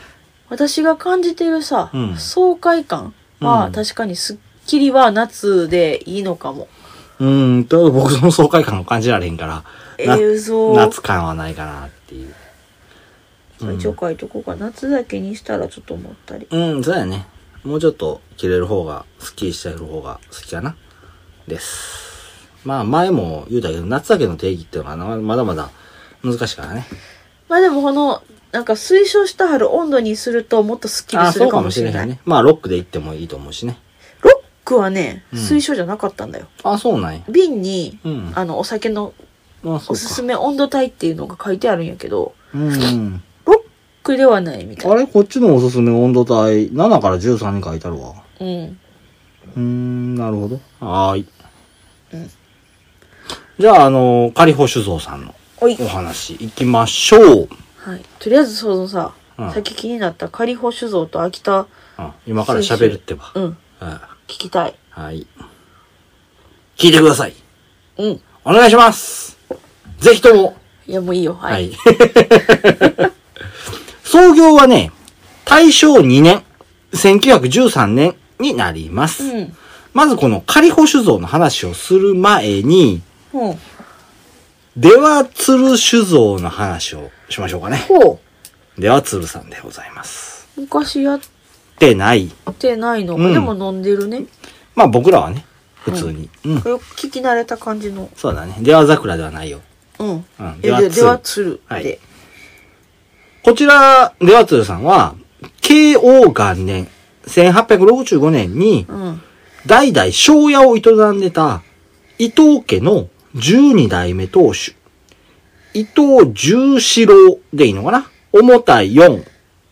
Speaker 2: 私が感じてるさ、
Speaker 1: うん
Speaker 2: 爽快感
Speaker 1: う
Speaker 2: は
Speaker 1: ん
Speaker 2: 確かにすっきりは夏でいいのかも、
Speaker 1: うん、ただ僕その爽快感を感じられへんから、な
Speaker 2: ええ嘘
Speaker 1: 夏感はないかなっていう。うん
Speaker 2: 一応書いとこうか夏酒にしたらちょっともったり
Speaker 1: うん、そうやね。もうちょっと切れる方が、スッキリしてる方が好きかな。です。まあ前も言うたけど、夏だけの定義っていうのがなまだまだ難しいからね。
Speaker 2: まあでもこのなんか推奨したはる温度にするともっとすっきり
Speaker 1: あ
Speaker 2: す
Speaker 1: そ
Speaker 2: る
Speaker 1: う
Speaker 2: か
Speaker 1: か
Speaker 2: も
Speaker 1: も
Speaker 2: し
Speaker 1: し
Speaker 2: れ
Speaker 1: れ
Speaker 2: な
Speaker 1: へ
Speaker 2: い
Speaker 1: んね。まあロックで行ってもいいと思うしね。
Speaker 2: ロックはね、
Speaker 1: うん
Speaker 2: 推奨じゃなかったんだよ
Speaker 1: あそうなんや。
Speaker 2: 瓶に、
Speaker 1: うん。あ、
Speaker 2: あのお酒の
Speaker 1: そ
Speaker 2: お
Speaker 1: う
Speaker 2: すす
Speaker 1: か。
Speaker 2: め温度帯っていうのが書いてあるんやけど
Speaker 1: うん。
Speaker 2: ロックではないみたい
Speaker 1: あれこっちのおすすめ温度帯、7から13に書いてあるわ。
Speaker 2: うん。
Speaker 1: うーん、なるほど。はーい。
Speaker 2: うん
Speaker 1: じゃあ、あの、仮保酒造さんの
Speaker 2: おい。
Speaker 1: お話行きましょう。
Speaker 2: はい。とりあえず、そのさ、
Speaker 1: うん
Speaker 2: さっき気になった仮保酒造と秋田、
Speaker 1: うん今から喋るってば。
Speaker 2: うん、
Speaker 1: うん
Speaker 2: 聞きたい。
Speaker 1: はい。聞いてください。
Speaker 2: うん。い
Speaker 1: お願いします。ぜひとも。
Speaker 2: や、もういいよ。はい。
Speaker 1: はい。 創業はね、大正2年、1913年になります。
Speaker 2: うん。
Speaker 1: まずこの仮保酒造の話をする前に、
Speaker 2: うん。
Speaker 1: では鶴酒造の話をしましょうかね。
Speaker 2: ほ
Speaker 1: では鶴さんでございます。
Speaker 2: う。昔やっ
Speaker 1: でない。
Speaker 2: てないの。
Speaker 1: うん
Speaker 2: でも飲んでるね。
Speaker 1: まあ僕らはね、普通に。うん。
Speaker 2: よく聞き慣れた感じの。
Speaker 1: そうだね。では桜ではないよ。
Speaker 2: うん。
Speaker 1: うん
Speaker 2: え
Speaker 1: では
Speaker 2: で
Speaker 1: 鶴
Speaker 2: では、鶴
Speaker 1: はい
Speaker 2: で。
Speaker 1: こちら、レワツルさんは、慶応元年、1865年に
Speaker 2: うん。
Speaker 1: 代々庄屋を営んでた伊藤家の12代目当主、伊藤十四郎でいいのかな重たい4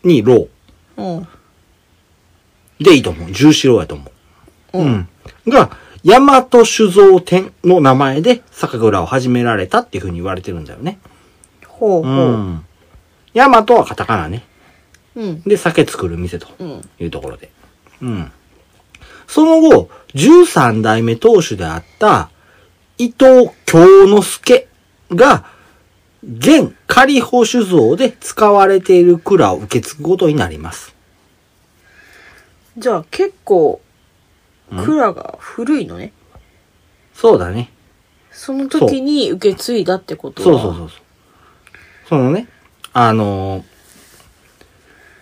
Speaker 1: に郎
Speaker 2: うん。
Speaker 1: でいいと思う。十四郎やと思う。
Speaker 2: う
Speaker 1: うん。が、大和酒造店の名前で酒蔵を始められたっていうふうに言われてるんだよね。
Speaker 2: ほう
Speaker 1: う
Speaker 2: ほう。
Speaker 1: ん。大和はカタカナね。
Speaker 2: うん。
Speaker 1: で、酒作る店と
Speaker 2: うん。
Speaker 1: いうところで。うん。その後、13代目当主であった、伊藤京之助が、現仮保酒造で使われている蔵を受け継ぐことになります。
Speaker 2: じゃあ結構、蔵が古いのね。
Speaker 1: そうだね。
Speaker 2: その時に受け継いだってこと
Speaker 1: そうそう
Speaker 2: う。
Speaker 1: そうそう。そのね、あのー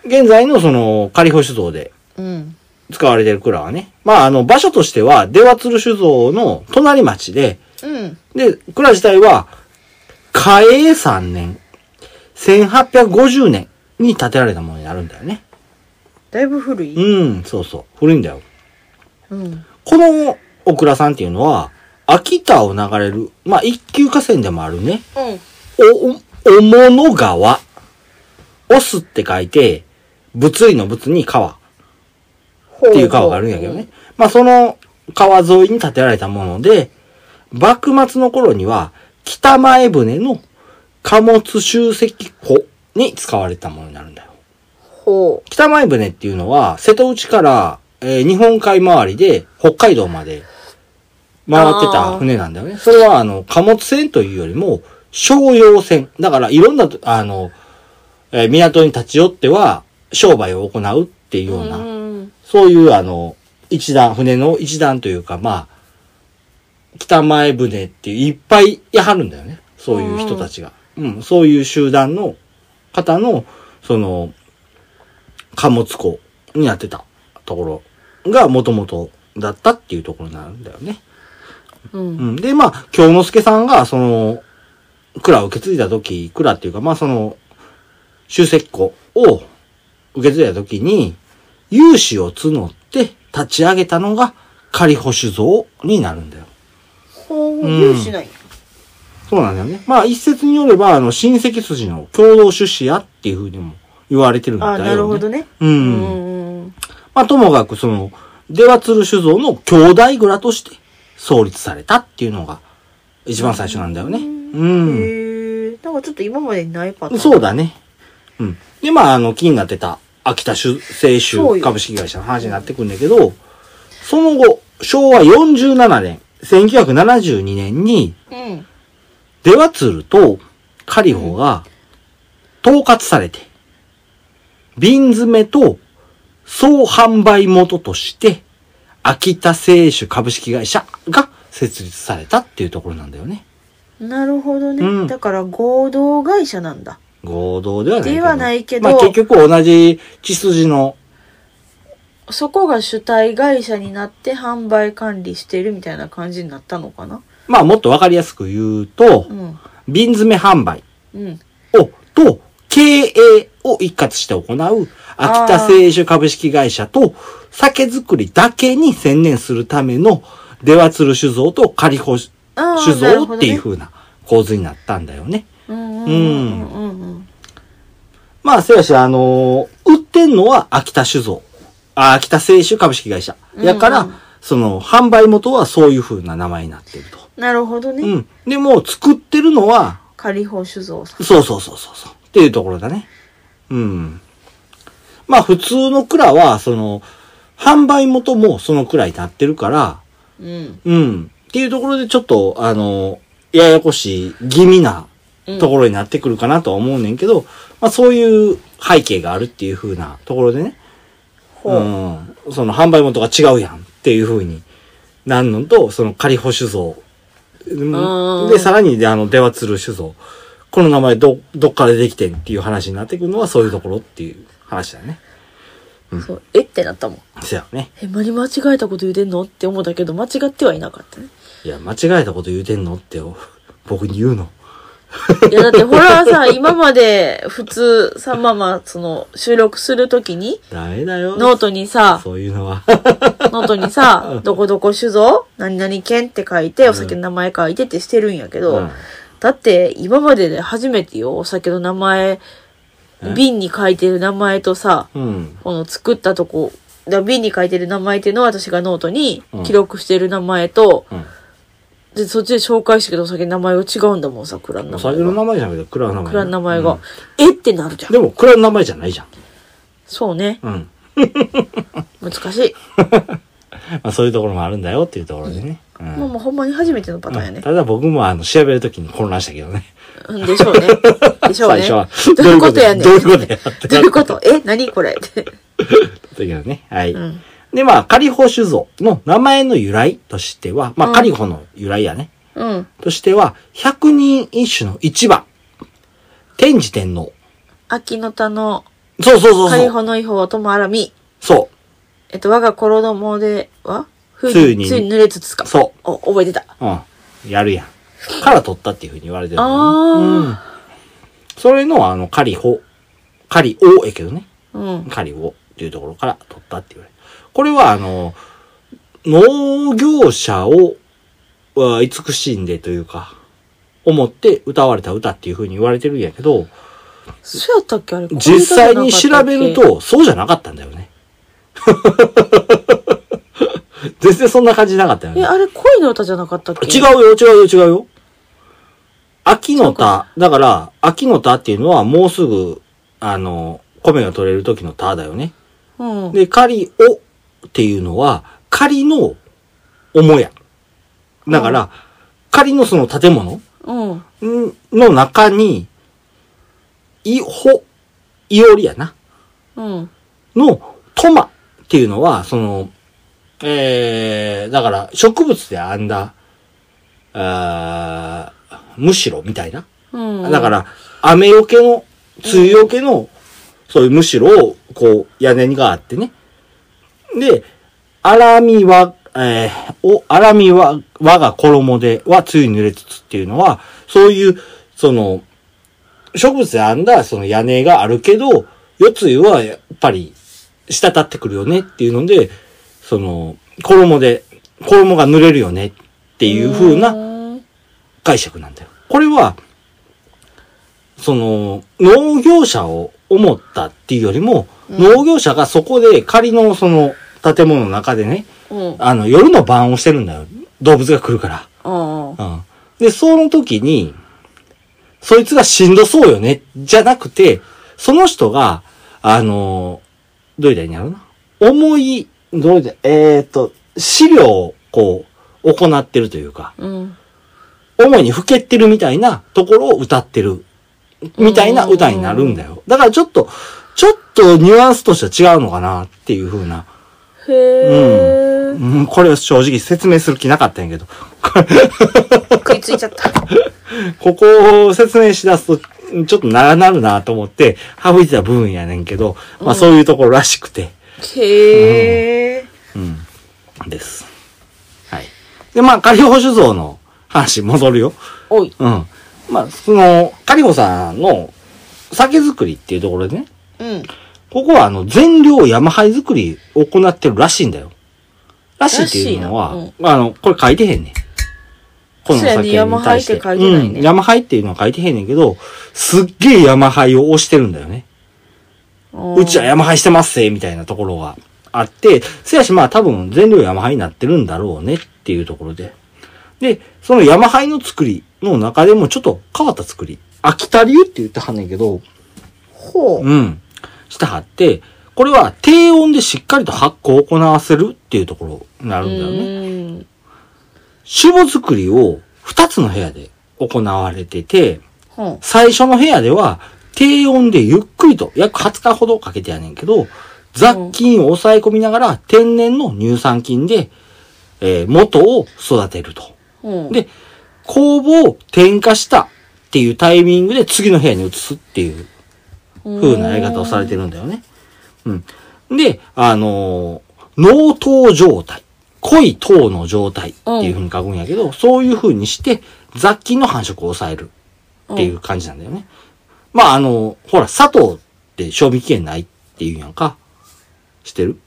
Speaker 1: 現在のその仮保酒造で
Speaker 2: うん。
Speaker 1: 使われている蔵はね、まああの場所としては、出羽鶴酒造の隣町で、
Speaker 2: うん。
Speaker 1: で、蔵自体は、嘉永3年、1850年に建てられたものになるんだよね。
Speaker 2: だいぶ古い。
Speaker 1: うん、そうそう。古いんだよ。
Speaker 2: うん。
Speaker 1: このお蔵さんっていうのは、秋田を流れる、まあ一級河川でもあるね、
Speaker 2: うん。
Speaker 1: お、おもの川。オスって書いて、物理の物に川っ
Speaker 2: ほう
Speaker 1: ていう川があるんやけどね。。まあその川沿いに建てられたもので、幕末の頃には北前船の貨物集積庫に使われたものになるんだよ。
Speaker 2: ほ
Speaker 1: 北前船っていうのは瀬戸内から、えー日本海周りで北海道まで回ってた船なんだよね。それはあの貨物船というよりも商用船。だからいろんなとあの、えー港に立ち寄っては商売を行うっていう
Speaker 2: う。
Speaker 1: よう
Speaker 2: う
Speaker 1: な、
Speaker 2: ん。
Speaker 1: そういうあの一段、船の一段というかまあ、北前船っていういっぱいやはるんだよね。そういう人たちが。うん、そういう集団の方の、その、貨物庫になってたところが元々だったっていうところになるんだよね。
Speaker 2: うん。
Speaker 1: うん。で、まあ、京之助さんが、その、蔵を受け継いだ時、蔵っていうか、まあ、その、集積庫を受け継いだ時に、融資を募って立ち上げたのが仮保酒造になるんだよ。
Speaker 2: ほう、有しない。
Speaker 1: そうなんだよね。まあ、一説によれば、あの、親戚筋の共同出資屋っていうふうにも言われてるんだよ
Speaker 2: あ、
Speaker 1: ね。
Speaker 2: なるほどね。
Speaker 1: う。
Speaker 2: うんん。
Speaker 1: まあ、ともかくその、出羽鶴酒造の兄弟蔵として創立されたっていうのが一番最初なんだよね。うん。
Speaker 2: へえ。なんかちょっと今までにないパターン。
Speaker 1: そうだね。うん。で、まあ、あの、気になってた秋田酒清
Speaker 2: そう
Speaker 1: 酒
Speaker 2: よ
Speaker 1: 株式会社の話になってくるんだけど、その後、昭和47年、1972年に、
Speaker 2: うん。
Speaker 1: 出羽鶴とカリホが統括されて、瓶詰めと総販売元として、秋田製酒株式会社が設立されたっていうところなんだよね。
Speaker 2: なるほどね、
Speaker 1: うん
Speaker 2: だから合同会社なんだ
Speaker 1: 合同ではないけど。
Speaker 2: ではないけど
Speaker 1: まあ結局同じ血筋の、
Speaker 2: そこが主体会社になって販売管理してるみたいな感じになったのかな
Speaker 1: まあもっとわかりやすく言うと
Speaker 2: う、ん
Speaker 1: 瓶詰め販売
Speaker 2: うん
Speaker 1: を、と、経営を一括して行う、秋田製酒株式会社と、酒造りだけに専念するための、出羽鶴酒造と仮保酒
Speaker 2: ああなる
Speaker 1: 造
Speaker 2: ほ
Speaker 1: っ
Speaker 2: ど
Speaker 1: て
Speaker 2: ね
Speaker 1: いう風な構図になったんだよね。
Speaker 2: うんうんうんうん
Speaker 1: まあ、せやし、あのー売ってんのは秋田酒造。あ、秋田製酒株式会社。やから、
Speaker 2: うんうん
Speaker 1: その、販売元はそういう風な名前になってると。
Speaker 2: なるほどね、
Speaker 1: うん。でも、作ってるのは、
Speaker 2: 仮放酒造さん
Speaker 1: そうそうそうそうそう。っていうところだね。うん。まあ普通の蔵は、その、販売元もそのくらいなってるから、
Speaker 2: うん
Speaker 1: うん。っていうところでちょっと、あの、ややこしい、気味なところになってくるかなとは思うねんけど、まあそういう背景があるっていう風なところでね、
Speaker 2: ほ
Speaker 1: う
Speaker 2: う、
Speaker 1: ん。その販売元が違うやんっていう風になるのと、その仮保酒造。
Speaker 2: ん
Speaker 1: で、さらにで、あの、出羽鶴酒造。この名前ど、どっからできてんっていう話になってくるのはそういうところっていう話だよね。
Speaker 2: そうえってなったもん
Speaker 1: せやね。
Speaker 2: え何間違えたこと言うてんのって思ったけど間違ってはいなかったね
Speaker 1: いや、間違えたこと言うてんのってよ僕に言うの。
Speaker 2: いや、だってホラーさん、今まで普通さ、まあまあ、その、収録するときに、
Speaker 1: ダメだよ。
Speaker 2: ノートにさ、
Speaker 1: そういうのは。
Speaker 2: ノートにさ、どこどこ酒造何々県って書いて、お酒の名前書いてってしてるんやけど、
Speaker 1: うん
Speaker 2: だって今までで初めてよ、お酒の名前、瓶に書いてる名前とさ、
Speaker 1: うん。
Speaker 2: この作ったとこ、だから瓶に書いてる名前っていうのは私がノートに
Speaker 1: うん
Speaker 2: 記録してる名前と、
Speaker 1: うん
Speaker 2: で、そっちで紹介してけどお酒の名前が違うんだもんさ、蔵の
Speaker 1: お
Speaker 2: 名
Speaker 1: 酒
Speaker 2: 前
Speaker 1: の
Speaker 2: が。
Speaker 1: 名前じゃなくて、蔵の名前。
Speaker 2: 蔵の名前が、
Speaker 1: うん
Speaker 2: えってなるじゃん。
Speaker 1: でも、蔵の名前じゃないじゃん。
Speaker 2: そうね。
Speaker 1: うん。
Speaker 2: 難しい。
Speaker 1: まあ、そういうところもあるんだよっていうところでね。うん
Speaker 2: もうもうほんまに初めてのパターンや
Speaker 1: うん
Speaker 2: ね。
Speaker 1: ただ僕もあの、調べるときに混乱したけどね。
Speaker 2: うん、でしょうね。でしょう
Speaker 1: 最
Speaker 2: ね。
Speaker 1: 初は。
Speaker 2: どういうことやねん。
Speaker 1: どういうことやって
Speaker 2: どういうことえ何これって。
Speaker 1: だけどね。はい。
Speaker 2: うん。
Speaker 1: で、まあ、仮放酒造の名前の由来としては、ま
Speaker 2: う
Speaker 1: あ、
Speaker 2: ん
Speaker 1: 仮放の由来やね。
Speaker 2: うん。
Speaker 1: としては、百人一首の一番。天智天皇。
Speaker 2: 秋の田の
Speaker 1: そうそうそう
Speaker 2: 仮
Speaker 1: そう。
Speaker 2: ほの違法ともあらみ。
Speaker 1: そ
Speaker 2: えっと、我が衣では、ふ
Speaker 1: ついに
Speaker 2: ついに濡れつつか。
Speaker 1: う。そう。
Speaker 2: お、覚えてた。
Speaker 1: うん。やるやん。から取ったっていうふうに言われてる
Speaker 2: あ
Speaker 1: の
Speaker 2: ー
Speaker 1: ね。うん。それの、あの、仮法。仮王やけどね。
Speaker 2: うん。
Speaker 1: 仮王っていうところから取ったって言われる。これは、あの、農業者を、は慈しんでというか、思って歌われた歌っていうふうに言われてるんやけど、
Speaker 2: そうやったっけあれ。
Speaker 1: 実際に調べる。と、そうじゃなかったんだよね。 全然そんな感じなかったよね
Speaker 2: え、。あれ恋の歌じゃなかったっけ
Speaker 1: 違うよ、違うよ、違うよ。秋の田。だから、秋の田っていうのはもうすぐ、あの、米が取れる時の田だよね。
Speaker 2: うん。
Speaker 1: で、狩りをっていうのは、狩りの母屋。だから、狩りのその建物
Speaker 2: うん。
Speaker 1: んの中に、いほ、いおりやな。
Speaker 2: うん。
Speaker 1: の、トマっていうのは、その、えー、だから、植物で編んだ、あーむしろみたいな。
Speaker 2: うん。
Speaker 1: だか。ら、雨よけの、梅雨よけの、そういうむしろを、こう、屋根があってね。で、荒みは、えー、お、荒みは、我が衣では、梅雨に濡れつつっていうのは、そういう、その、植物で編んだ、その屋根があるけど、夜露はやっぱり、滴ってくるよねっていうので、その、衣で、衣が濡れるよねっていう風な
Speaker 2: うん。
Speaker 1: 解釈なんだよ。これは、その、農業者を思ったっていうよりも、
Speaker 2: うん
Speaker 1: 農業者がそこで仮のその建物の中でね、
Speaker 2: うん。
Speaker 1: あの、夜の晩をしてるんだよ。動物が来るか
Speaker 2: うん。
Speaker 1: ら。うん。で、その時に、そいつがしんどそうよね、じゃなくて、その人が、あの、どういうらいいんやろうな。思い、どういうえー、っと、資料をこう、行ってるというか、
Speaker 2: うん。
Speaker 1: 主に老けてるみたいなところを歌ってる、みたいな歌になるんだよ。だからちょっと、ちょっとニュアンスとしては違うのかなっていう風な。
Speaker 2: へー。
Speaker 1: うん、これを正直説明する気なかったんやけど、
Speaker 2: 食いついちゃった。
Speaker 1: ここを説明しだすと、ちょっと長なるなと思って、省いてた部分やねんけど、まあそういうところらしくて、
Speaker 2: へー。
Speaker 1: うん、です。はい。で、まあ、仮保酒像の話戻るよ。
Speaker 2: おい。
Speaker 1: うん。まあ、その、カリホさんの酒造りっていうところでね、
Speaker 2: うん。
Speaker 1: ここはあの、全量山灰作りを行ってるらしいんだよ。らしいっていうのは、
Speaker 2: らしい
Speaker 1: あの、これ書いてへんねん。このお酒に対して。
Speaker 2: そうやね山灰って書いてないね
Speaker 1: うん。山灰っていうのは書いてへんねんけど、すっげえ山灰を押してるんだよね。うちは山灰してますぜみたいなところがあって、せやしまあ多分全量山灰になってるんだろうねっていうところで。で、その山灰の作りの中でもちょっと変わった作り。秋田流って言ってはんねんけど、
Speaker 2: ほう。
Speaker 1: うん。してはって、これは低温でしっかりと発酵を行わせるっていうところになるんだよね。
Speaker 2: ね。
Speaker 1: 酒母作りを2つの部屋で行われてて、
Speaker 2: ほう。
Speaker 1: 最初の部屋では低温でゆっくりと約20日ほどかけてやねんけど、雑菌を抑え込みながら天然の乳酸菌で、えー元を育てると。
Speaker 2: ほう。
Speaker 1: で、工房を転化したっていうタイミングで次の部屋に移すっていう風なやり方をされてるんだよね。うん。で、あのー、濃糖状態。濃い糖の状態っていう風に書くんやけど、そういう風にして雑菌の繁殖を抑えるっっていう感じなんだよね。まああの、ほら、砂糖って賞味期限ないっていうやんか。してる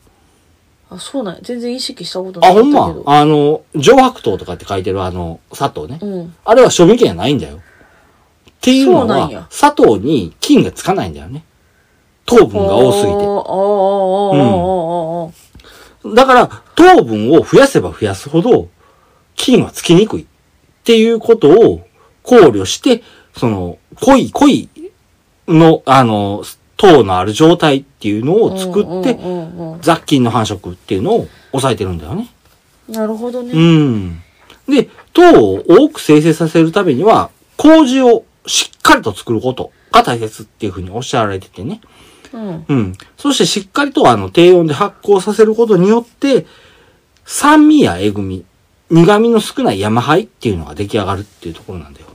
Speaker 2: あ、そうなんや。全然意識したことな
Speaker 1: あ、
Speaker 2: かった
Speaker 1: ほん
Speaker 2: け
Speaker 1: ま
Speaker 2: ど。
Speaker 1: あの、上白糖とかって書いてるあの、砂糖ね。
Speaker 2: うん。
Speaker 1: あれは賞味期限ないんだよ。っていうの
Speaker 2: そうなんや
Speaker 1: は、砂糖に菌がつかないんだよね。糖分が多すぎ
Speaker 2: あーあー、
Speaker 1: て。
Speaker 2: あーあー、あーあー、あー
Speaker 1: だから、糖分を増やせば増やすほど、菌はつきにくい。っていうことを考慮して、その、濃い、濃いの、あの、糖のある状態っていうのを作
Speaker 2: うん
Speaker 1: って、
Speaker 2: うんうんうん
Speaker 1: 雑菌の繁殖っていうのを抑えてるんだよね。
Speaker 2: なるほど
Speaker 1: う
Speaker 2: ね。
Speaker 1: ん。で、糖を多く生成させるためには、麹をしっかりと作ることが大切っていうふうにおっしゃられててね。
Speaker 2: うん。
Speaker 1: うん。そしてしっかりとあの低温で発酵させることによって、酸味やえぐみ、苦味の少ない山灰っていうのが出来上がるっていうところなんだよ。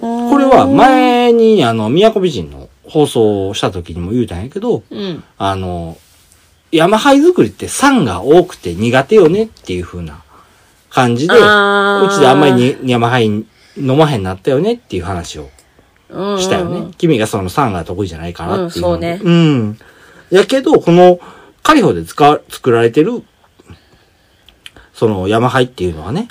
Speaker 1: こ
Speaker 2: こ
Speaker 1: れは、前にあの、都美人の放送をした時にも言うたんやけど、
Speaker 2: うん。
Speaker 1: あの、山灰作りって酸が多くて苦手よねっていう風な感じで、う
Speaker 2: あー
Speaker 1: ちであんまりに山灰飲まへんなったよねっていう話をしたよね。
Speaker 2: うんうん
Speaker 1: 君がその酸が得意じゃないからっていうので、
Speaker 2: うんそう
Speaker 1: う
Speaker 2: ね
Speaker 1: ん。やけど、このカリフォで使わ、作られてる、その山灰っていうのはね、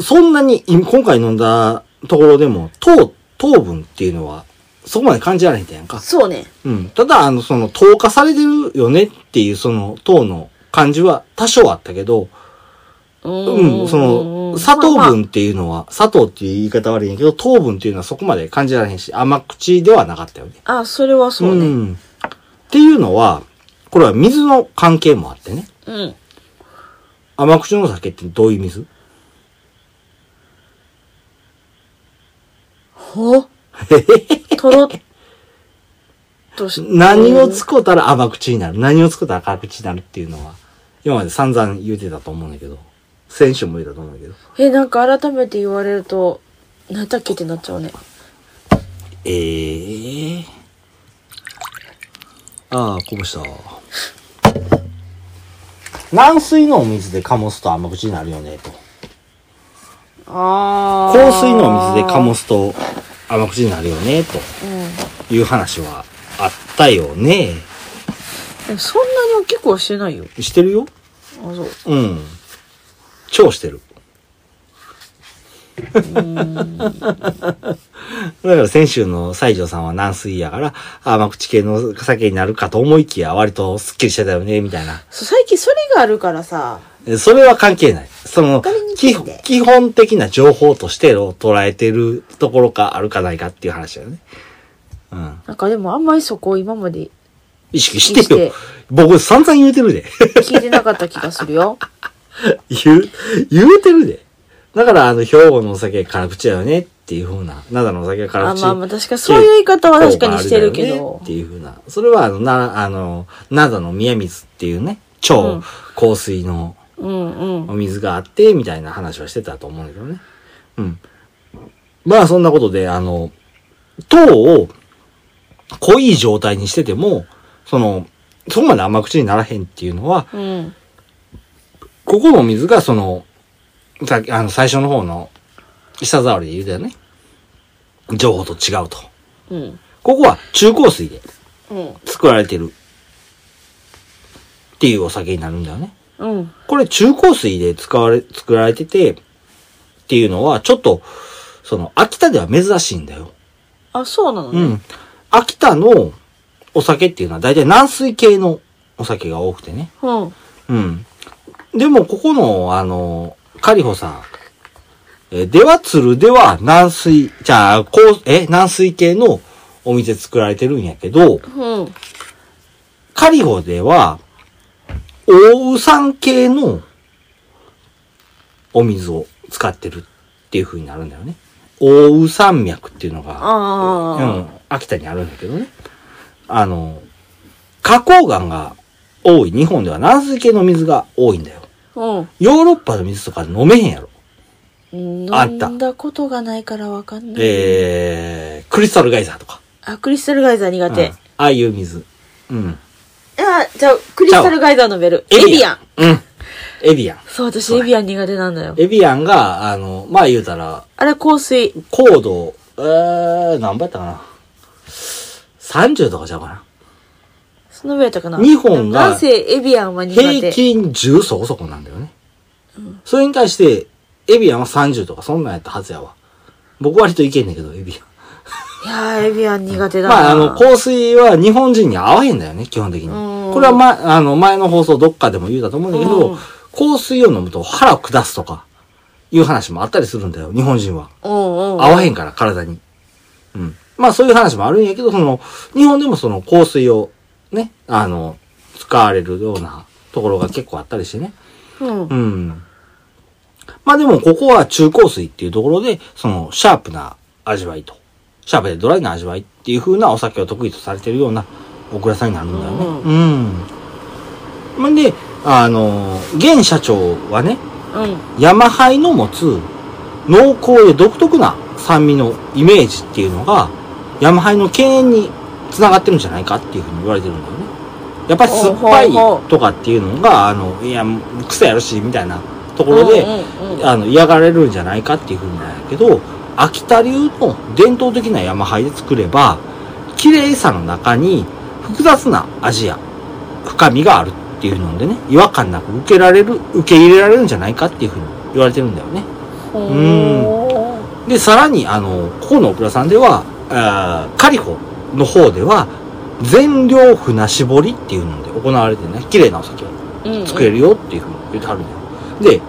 Speaker 1: そんなに今今回飲んだところでも糖、糖分っていうのはそこまで感じられへんてやんか。
Speaker 2: そうね。
Speaker 1: うん。ただ、あの、その、投下されてるよねっていう、その、糖の感じは多少あったけど、
Speaker 2: うん
Speaker 1: うん、その、砂糖分っていうのは、砂糖っていう言い方悪いんやけど、糖分っていうのはそこまで感じられへんし、甘口ではなかったよね。
Speaker 2: あ、それはそうね。
Speaker 1: ん。っていうのは、これは水の関係もあってね。
Speaker 2: うん。
Speaker 1: 甘口のお酒ってどういう水
Speaker 2: ほとろっとし
Speaker 1: 何を使うたら甘口になる何を使うたら辛口になるっていうのは、今まで散々言うてたと思うんだけど、先週も言うたと思うんだけど、
Speaker 2: え、なんか改めて言われると、なんだっけってなっちゃうね。
Speaker 1: ええああ、こぼした。軟水のお水で醸すと甘口になるよね、と。
Speaker 2: あ
Speaker 1: 硬水のお水で醸すと甘口になるよね、という話はあったよね。
Speaker 2: うん。そんなに大きくはしてないよ。
Speaker 1: してるよ
Speaker 2: あ、そう。
Speaker 1: うん。超してる。だから先週の西条さんは軟水やから、甘口系の酒になるかと思いきや割とスッキリしてたよね、みたいな。
Speaker 2: そう最近それがあるからさ、
Speaker 1: えそれは関係ない。その
Speaker 2: かりに、く
Speaker 1: 基
Speaker 2: いん
Speaker 1: 本
Speaker 2: で
Speaker 1: 基本的な情報としてを捉えてるところかあるかないかっていう話だよね。うん。
Speaker 2: なんかでもあんまりそこを今まで
Speaker 1: 意識して
Speaker 2: して
Speaker 1: よ。僕散々言うてるで。
Speaker 2: 聞いてなかった気がす るよ。
Speaker 1: 言う、言うてるで。だから、あの、兵庫のお酒は辛口だよねっていうふうな、灘のお酒は辛
Speaker 2: あ、
Speaker 1: 口。
Speaker 2: まあまあ確かそういう言い方は確かにしてるけど
Speaker 1: って。いうふうな。それは、あの、な、あの、灘の宮水っていうね、
Speaker 2: う
Speaker 1: 超
Speaker 2: ん
Speaker 1: 香水の
Speaker 2: うんうん。
Speaker 1: お水があって、みたいな話はしてたと思うんだけどね。うん。まあ、そんなことで、あの、糖を濃い状態にしてても、その、そこまで甘口にならへんっていうのは、
Speaker 2: うん。
Speaker 1: ここの水がその、さっき、あの、最初の方の、舌触りで言うたよね。情報と違うと。
Speaker 2: うん。
Speaker 1: ここは中硬水で
Speaker 2: うん。
Speaker 1: 作られてる。っていうお酒になるんだよね。
Speaker 2: うん。
Speaker 1: これ中硬水で使われ、作られてて、っていうのは、ちょっと、その、秋田では珍しいんだよ。
Speaker 2: あ、そうなの
Speaker 1: う
Speaker 2: ね。
Speaker 1: ん。秋田のお酒っていうのは大体軟水系のお酒が多くてね。
Speaker 2: うん。
Speaker 1: うん。でも、ここの、あの、カリホさん、えー、では鶴では軟水、じゃあ、こう、え、軟水系のお店作られてるんやけど、
Speaker 2: うん。
Speaker 1: カリホでは、大宇山系のお水を使ってるっていう風になるんだよね。大宇山脈っていうのが、
Speaker 2: あ
Speaker 1: う
Speaker 2: あ。
Speaker 1: ん、秋田にあるんだけどね。あの、花崗岩が多い日本では軟水系の水が多いんだよ。
Speaker 2: うん。
Speaker 1: ヨーロッパの水とか飲めへんやろ。
Speaker 2: 飲
Speaker 1: あった
Speaker 2: んだことがないからわかんない。
Speaker 1: えー、クリスタルガイザーとか。
Speaker 2: あ、クリスタルガイザー苦手。
Speaker 1: うんああいう水。うん。
Speaker 2: あ、じゃあ、クリスタルガイザー飲める。エビアン。
Speaker 1: うん。エビアン。
Speaker 2: そう、私エビアン苦手なんだよ。
Speaker 1: エビアンが、あの、まあ言うたら、
Speaker 2: あれ香水。
Speaker 1: 高度、えー、何倍やったかな。30とかちゃうかな。
Speaker 2: そのぐらいだったかな。
Speaker 1: 日本が
Speaker 2: 男性エビアンは苦
Speaker 1: 平
Speaker 2: 手。
Speaker 1: 均10そこそこなんだよね。それに対して、エビアンは30とかそんなんやったはずやわ。僕割といけんねんけど、エビ
Speaker 2: いやー、エビアン苦手
Speaker 1: アン。
Speaker 2: だな。
Speaker 1: まあ、あの、香水は日本人に合わへんだよね、基本的に。
Speaker 2: うん
Speaker 1: これは、ま、あの、前の放送どっかでも言うたと思うんだけ
Speaker 2: う
Speaker 1: ど
Speaker 2: ん、
Speaker 1: 香水を飲むと腹を下すとか、いう話もあったりするんだよ、日本人は。
Speaker 2: うんうん。
Speaker 1: 合わへんから、体に。うん。まあそういう話もあるんやけど、その、日本でもその香水をね、あの、使われるようなところが結構あったりしてね。
Speaker 2: うん
Speaker 1: う。ん。まあでも、ここは中香水っていうところで、その、シャープな味わいと、シャープでドライな味わいっていう風なお酒を得意とされてるようなお蔵さんになるんだよね。うん。んで、あの、現社長はね、
Speaker 2: うん。
Speaker 1: ヤマハイの持つ濃厚で独特な酸味のイメージっていうのが、ヤマハイの敬遠につながってるんじゃないかっていうふうに言われてるんだよね。やっぱり酸っぱいとかっていうのが、あの、いや、癖やるし、みたいなところで、
Speaker 2: うんうんうん
Speaker 1: あの嫌がられるんじゃないかっていうふうになんやけど秋田流の伝統的な山灰で作れば綺麗さの中に複雑な味や深みがあるっていうのでね違和感なく受けられる受け入れられるんじゃないかっていうふうに言われてるんだよね
Speaker 2: ほ
Speaker 1: でさらにあのここのオプラさんではあーカリホの方では全量船絞りっていうので行われてね綺麗なお酒を
Speaker 2: ーうんうん
Speaker 1: 作れるよっていうふうに言ってはるんだよ。で、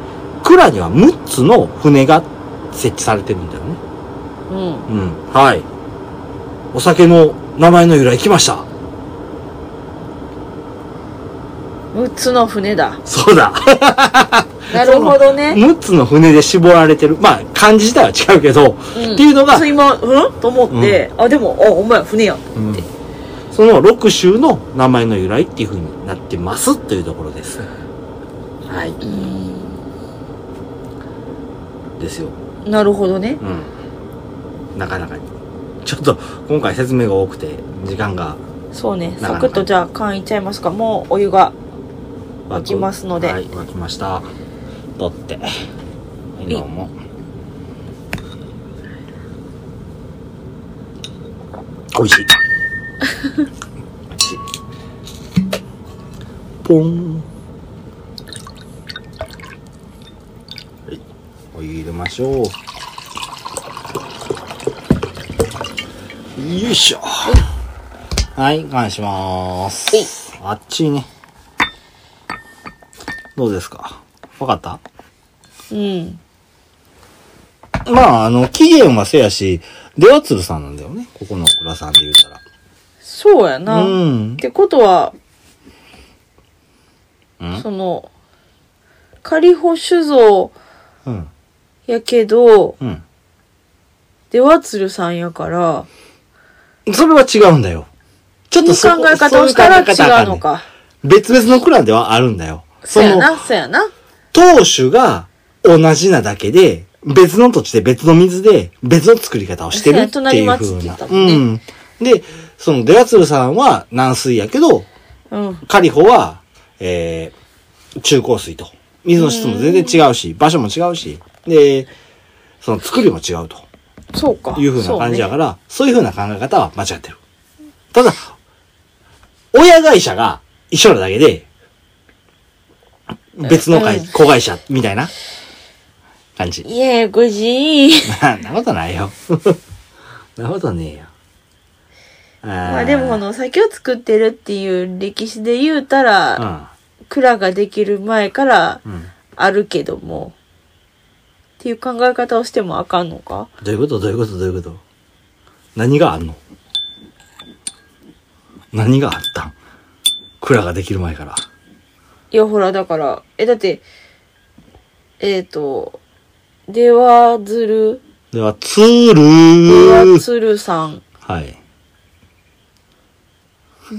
Speaker 1: 蔵には6つの船が設置されてるんだよね。
Speaker 2: うん。
Speaker 1: うん。はい。お酒の名前の由来来ました。
Speaker 2: 六つの船だ。
Speaker 1: そう だ。
Speaker 2: なるほどね。
Speaker 1: 6つの船で絞られてる。まあ、漢字自体は違うけど、
Speaker 2: っ
Speaker 1: っていうのが
Speaker 2: そう今、うんと思って、あ、でも、あ、お前船や。
Speaker 1: うんその6種の名前の由来っていうふうになってますというところです。はい。ですよ。
Speaker 2: なるほどね。
Speaker 1: うん。なかなかに。ちょっと、今回説明が多くて、時間が
Speaker 2: そうね。
Speaker 1: なかな
Speaker 2: サ
Speaker 1: か
Speaker 2: クッとじゃあ、缶いっちゃいますか。もう、お湯が。
Speaker 1: 湧
Speaker 2: きますので
Speaker 1: はい、湧きました。取って。はい、どうも。美味しい。美味しいポン。はいお湯入れましょう。よいしょ。はい、お願いします。あっちいね。どうですかわかった
Speaker 2: うん。
Speaker 1: まあ、あの、期限はせやし、出羽鶴さんなんだよね。ここの倉さんで言うたら。
Speaker 2: そうやな。
Speaker 1: うん
Speaker 2: ってことは、
Speaker 1: うん
Speaker 2: その、仮保酒造
Speaker 1: うん。
Speaker 2: やけど、
Speaker 1: う
Speaker 2: 出羽鶴さんやから、
Speaker 1: ん。それは違うんだよ。ちょっと
Speaker 2: そ
Speaker 1: そ
Speaker 2: の考え方をしたら違うの。か。
Speaker 1: そういう考え方あんねん別々の蔵ではあるんだよ。
Speaker 2: そ
Speaker 1: そう
Speaker 2: や
Speaker 1: の、
Speaker 2: な、そうやな。
Speaker 1: 当主が同じなだけで、別の土地で別の水で別の作り方をしてるって
Speaker 2: そうや隣
Speaker 1: いう
Speaker 2: 町
Speaker 1: 風
Speaker 2: って言
Speaker 1: な
Speaker 2: っ。たもんね
Speaker 1: うん。で、その出羽鶴さんは軟水やけど、
Speaker 2: うん。
Speaker 1: カリホは、えー、中硬水と。水の質も全然違うし、場所も違うし、で、その作りも違うと
Speaker 2: そうか。
Speaker 1: いう風な感じだ
Speaker 2: そう
Speaker 1: か
Speaker 2: ね
Speaker 1: ら、そう,、いう風な考え方は間違ってる。ただ、親会社が一緒なだけで、別の会、
Speaker 2: うん
Speaker 1: 子会社みたいな感じ。
Speaker 2: いや、ごじい。
Speaker 1: そんなことない よ。そんなことねえよ。
Speaker 2: ま
Speaker 1: ま
Speaker 2: あでもこ、の酒を作ってるっていう歴史で言うた
Speaker 1: う
Speaker 2: ら、
Speaker 1: ん。
Speaker 2: 蔵ができる前から
Speaker 1: うん。
Speaker 2: あるけども、っていう考え方をしてもあかんのか
Speaker 1: どういうことどういうことどういうこと何があんの何があったん蔵ができる前から。
Speaker 2: いやほらだから、え、だって、えっ、と、ではずる、
Speaker 1: では、ツールー
Speaker 2: ではつるさん
Speaker 1: はい。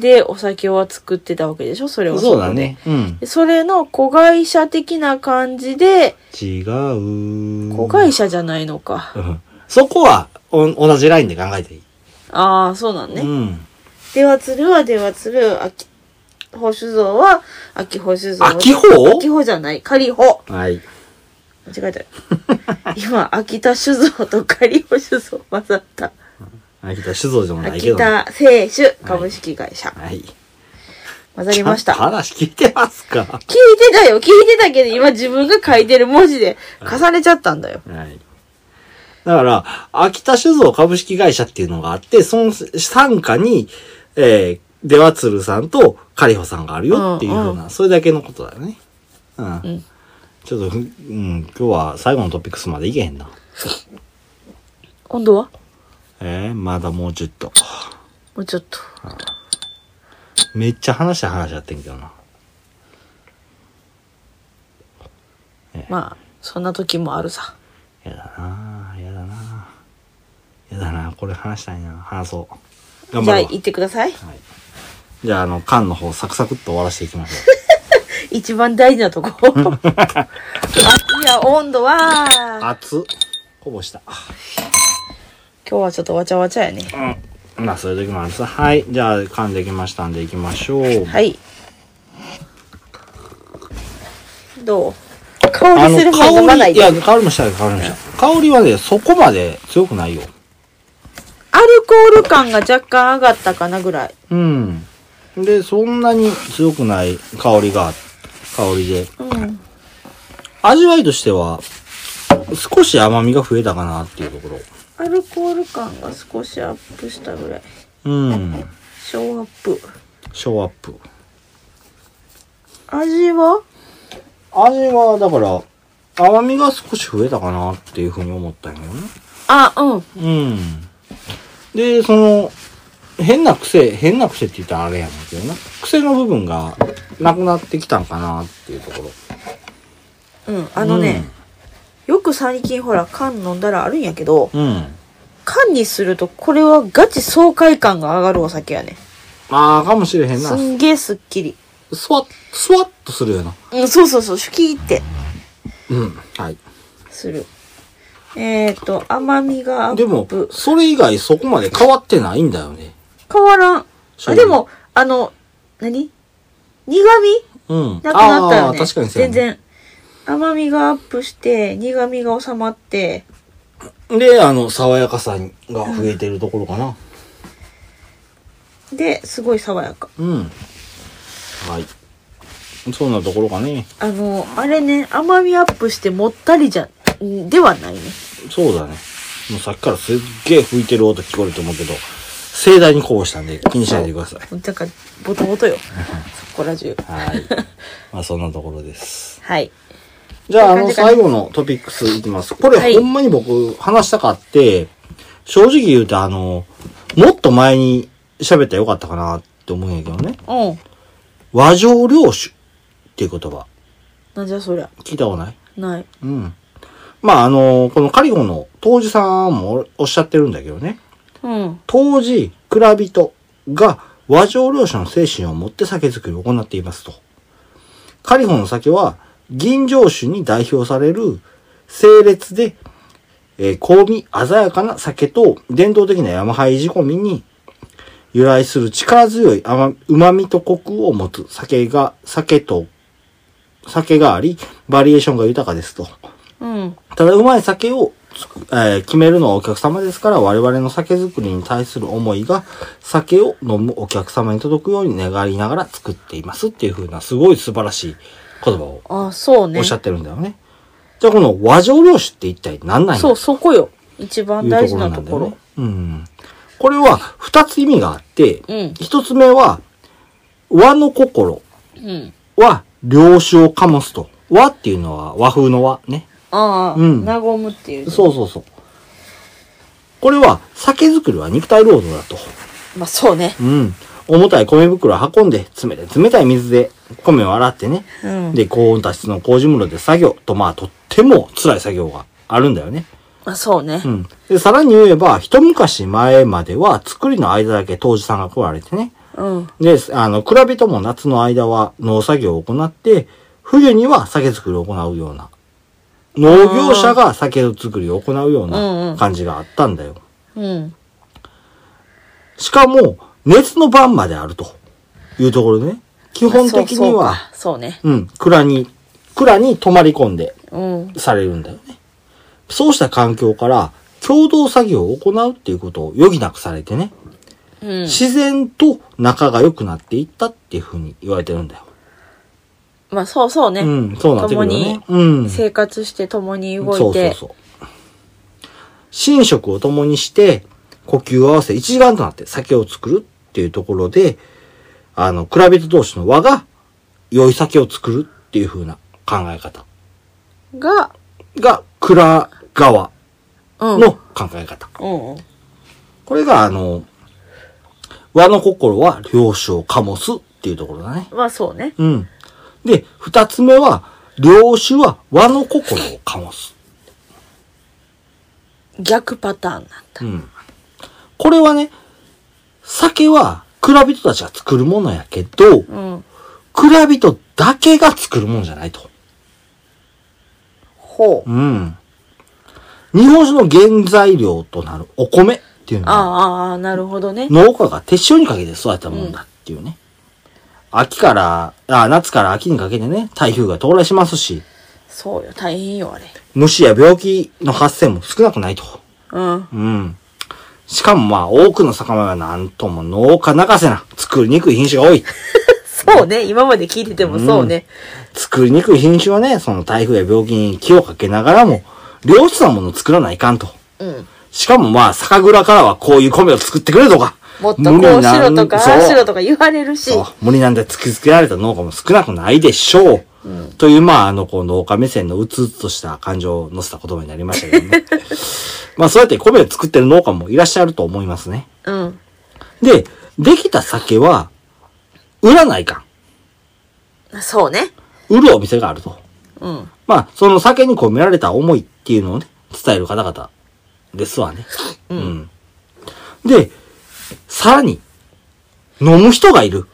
Speaker 2: でお酒は作ってたわけでしょそれは
Speaker 1: そうだ
Speaker 2: こで
Speaker 1: ね。。うん。
Speaker 2: でそれの子会社的な感じで、
Speaker 1: 違う。
Speaker 2: 子会社じゃないのか。
Speaker 1: うんそこは、お、同じラインで考えていい。
Speaker 2: ああ、そうなんね。
Speaker 1: うん。
Speaker 2: ではつるはではつる、あき、宝酒造は、秋宝酒造。
Speaker 1: 秋宝
Speaker 2: 秋宝じゃない、仮宝。
Speaker 1: はい。
Speaker 2: 間違え た。今、秋田酒造と仮保酒造混ざった。
Speaker 1: 秋田酒造でもないけ
Speaker 2: 秋
Speaker 1: どな。
Speaker 2: 田製酒株式会社。
Speaker 1: はい。
Speaker 2: 混ざりまし
Speaker 1: ち
Speaker 2: た。
Speaker 1: ゃんと話聞いてますかは
Speaker 2: 聞いてたよ聞いてたけど、今自分が書いてる文字で重ねちゃったんだよ。
Speaker 1: い。だから、秋田酒造株式会社っていうのがあって、その傘下に、えー、出羽鶴さんとカリホさんがあるよっていうふうな、
Speaker 2: うん
Speaker 1: それだけのことだよね。うん。
Speaker 2: ん
Speaker 1: ちょっとふ、うん、今日は最後のトピックスまでいけへんな。
Speaker 2: 今度は
Speaker 1: えー、まだもうちょっと。
Speaker 2: もうちょっと。
Speaker 1: めっちゃ話した話やってんけどな。
Speaker 2: まあ、そんな時もあるさ。
Speaker 1: やだなぁ、やだなぁ。やだなぁ、これ話したいな話そう。頑
Speaker 2: じゃあ
Speaker 1: 張ろう。
Speaker 2: 行ってください。
Speaker 1: じゃあ、あの、缶の方サクサクっと終わらせていきましょ
Speaker 2: 一番大事な とこ。秋や温度は、
Speaker 1: う。
Speaker 2: 今
Speaker 1: 熱っ。こぼした。
Speaker 2: 日はちょっとわちゃわちゃやね。
Speaker 1: うん。まあ、そういう時もあるさ。はい。じゃあ、缶できましたんで行きましょう。
Speaker 2: はい。どう
Speaker 1: あ
Speaker 2: 香り
Speaker 1: の
Speaker 2: するもん飲ま
Speaker 1: 香
Speaker 2: な
Speaker 1: り、い
Speaker 2: いで。ア
Speaker 1: や、
Speaker 2: ル
Speaker 1: 香りもしたよ、香りもした。香りはね、そこまで強くないよ。
Speaker 2: コール感が若干上がったかなぐらい。
Speaker 1: うん。で、そんなに強くない香りが、香りで。
Speaker 2: うん。
Speaker 1: 味わいとしては、少し甘みが増えたかなっていうところ。
Speaker 2: アルコール感が少しアップしたぐらい。
Speaker 1: うん。
Speaker 2: ショーアップ。
Speaker 1: ショーアップ。
Speaker 2: 味は
Speaker 1: 味は、だから、甘みが少し増えたかなっていうふうに思ったんよね。
Speaker 2: あ、うん。
Speaker 1: うん。で、その、変な癖、変な癖って言ったらあれやねんけどな。癖の部分がなくなってきたんかなっていうところ。
Speaker 2: うん。あのね、よく最近ほら、缶飲んだらあるんやけど、
Speaker 1: うん。
Speaker 2: 缶にするとこれはガチ爽快感が上がるお酒やね。
Speaker 1: ああ、かもしれへんな
Speaker 2: す。んげえすっきり。
Speaker 1: スワッ、スワッとするよな。
Speaker 2: うん、そうそうそう、シュキーって
Speaker 1: うん。はい。
Speaker 2: する。えっ、ー、と、甘みがアップ。
Speaker 1: でも、それ以外そこまで変わってないんだよね。
Speaker 2: 変わらん。
Speaker 1: そう
Speaker 2: あ、でも、あの、何苦味
Speaker 1: うん。
Speaker 2: なくなったよ
Speaker 1: あー確
Speaker 2: ね。
Speaker 1: かにそうやね
Speaker 2: 全然。甘みがアップして、苦味が収まって、
Speaker 1: で、あの、爽やかさが増えてるところかな。
Speaker 2: で、すごい爽やか。
Speaker 1: うん。はい。そんなところかね。
Speaker 2: あの、あれね、甘みアップしてもったりじゃ、んではないね。
Speaker 1: そうだね。もうさっきからすっげえ吹いてる音聞こえると思うけど、盛大にこぼしたんで気にしないでください。
Speaker 2: なんか、ボト ボトよ。そこら中。
Speaker 1: はい。まあそんなところです。
Speaker 2: はい。
Speaker 1: じゃあ、あ
Speaker 2: こん
Speaker 1: の、
Speaker 2: な感じ
Speaker 1: 最後のトピックスいきます。これ、
Speaker 2: はい
Speaker 1: ほんまに僕、話したかって、正直言うと、あの、もっと前に喋ったらよかったかなって思うんやけどね。
Speaker 2: うん。
Speaker 1: 和上領主っていう言葉、
Speaker 2: なんじゃそりゃ。
Speaker 1: 聞いたことない
Speaker 2: ない。
Speaker 1: うん。まあ、あの、このカリゴの当時さんもおっしゃってるんだけどね。
Speaker 2: うん。
Speaker 1: 当時、蔵人が和上領主の精神を持って酒造りを行っていますと。カリホの酒は、銀城酒に代表される、清烈で、えー香味鮮やかな酒と、伝統的な山灰仕込みに、由来する力強い甘旨味とコクを持つ酒が、酒と、酒があり、バリエーションが豊かですと。
Speaker 2: うん。
Speaker 1: ただうまい酒をつく、えー決めるのはお客様ですから、我々の酒造りに対する思いが、酒を飲むお客様に届くように願いながら作っていますっていう風な、すごい素晴らしい言葉を
Speaker 2: あ、そうね。
Speaker 1: おっしゃってるんだよね。じゃあこの和上領主って一体何なんや
Speaker 2: そう、そこよ。一
Speaker 1: と
Speaker 2: 番
Speaker 1: いう
Speaker 2: 大
Speaker 1: と
Speaker 2: 事
Speaker 1: ころ
Speaker 2: な
Speaker 1: な
Speaker 2: と
Speaker 1: んだ
Speaker 2: こ
Speaker 1: よ
Speaker 2: ろ。
Speaker 1: ね。うん。これは二つ意味があって、
Speaker 2: うん
Speaker 1: 一つ目は、和の心
Speaker 2: うん。
Speaker 1: は領主を醸すと。和っていうのは和風の和ね。
Speaker 2: ああ、
Speaker 1: うん
Speaker 2: 和むっていう。
Speaker 1: そうそうそう。これは、酒造りは肉体労働だと。
Speaker 2: まあそうね。
Speaker 1: うん。重たい米袋を運んで、冷たい冷たい水で米を洗ってね。
Speaker 2: うん。
Speaker 1: で、高温多湿の麹室で作業と、まあ、とっても辛い作業があるんだよね。
Speaker 2: まあそうね
Speaker 1: う。ん。で、さらに言えば、一昔前までは、作りの間だけ当時さんが来られてね。
Speaker 2: うん。
Speaker 1: で、あの、蔵人も夏の間は農作業を行って、冬には酒造りを行うような、農業者が酒造りを行うよう
Speaker 2: うんう
Speaker 1: なん感じがあったんだよ。
Speaker 2: うん。
Speaker 1: しかも、熱の晩まであるというところでね。基本的には、
Speaker 2: あそうそうかそうね。
Speaker 1: うん、蔵に、蔵に泊まり込んで
Speaker 2: うん。
Speaker 1: されるんだよね。そうした環境から、共同作業を行うっていうことを余儀なくされてね、
Speaker 2: うん。
Speaker 1: 自然と仲が良くなっていったっていうふうに言われてるんだよ。
Speaker 2: まあそうそうね。
Speaker 1: うん、そうなってくるよね。うん。
Speaker 2: 生活して共に動いて。
Speaker 1: そうそうそう。寝食を共にして、呼吸を合わせ、一時間となって酒を作るっていうところで、あの、比べ人同士の和が、良い酒を作るっていう風な考え方
Speaker 2: が、
Speaker 1: が、蔵側
Speaker 2: うん。
Speaker 1: の考え方。
Speaker 2: うんうん。
Speaker 1: これが、あの、和の心は良性を醸すっていうところだね。
Speaker 2: まあそうね。
Speaker 1: うん。で、二つ目は、良酒は和の心を醸す。
Speaker 2: 逆パターンなんだ。
Speaker 1: うん。これはね、酒は蔵人たちが作るものやけど、
Speaker 2: うん。
Speaker 1: 蔵人だけが作るものじゃないと。
Speaker 2: ほう。
Speaker 1: うん。日本酒の原材料となるお米っていうの
Speaker 2: あ
Speaker 1: は、
Speaker 2: あああ、なるほどね。
Speaker 1: 農家が手塩にかけて育てたもんだっていうね。秋から、あ夏から秋にかけてね、台風が到来しますし、
Speaker 2: そうよ。大変よ、あれ。
Speaker 1: 虫や病気の発生も少なくないと。
Speaker 2: うん。
Speaker 1: うん。しかもまあ、多くの酒米はなんとも農家泣かせな、作りにくい品種が多い。
Speaker 2: そうね。今まで聞いててもそうね。
Speaker 1: 作りにくい品種はね、その台風や病気に気をかけながらも、良質なものを作らないかんと。
Speaker 2: うん。
Speaker 1: しかもまあ、酒蔵からはこういう米を作ってくれとか。
Speaker 2: もっとこ
Speaker 1: 無
Speaker 2: う
Speaker 1: 理
Speaker 2: し
Speaker 1: な
Speaker 2: ろ
Speaker 1: ん
Speaker 2: とか、ああしろとか言われるし。
Speaker 1: そう無理なんで突きつけられた農家も少なくないでしょう。という、まあ、あの、こう、農家目線のうつうつとした感情を乗せた言葉になりましたけど ね。まあ、そうやって米を作ってる農家もいらっしゃると思いますね。
Speaker 2: うん。
Speaker 1: で、できた酒は、売らないかん。
Speaker 2: そうね。
Speaker 1: 売るお店があると。
Speaker 2: うん。
Speaker 1: まあ、その酒に込められた思いっていうのをね、伝える方々ですわね。うん。で、さらに、飲む人がいる。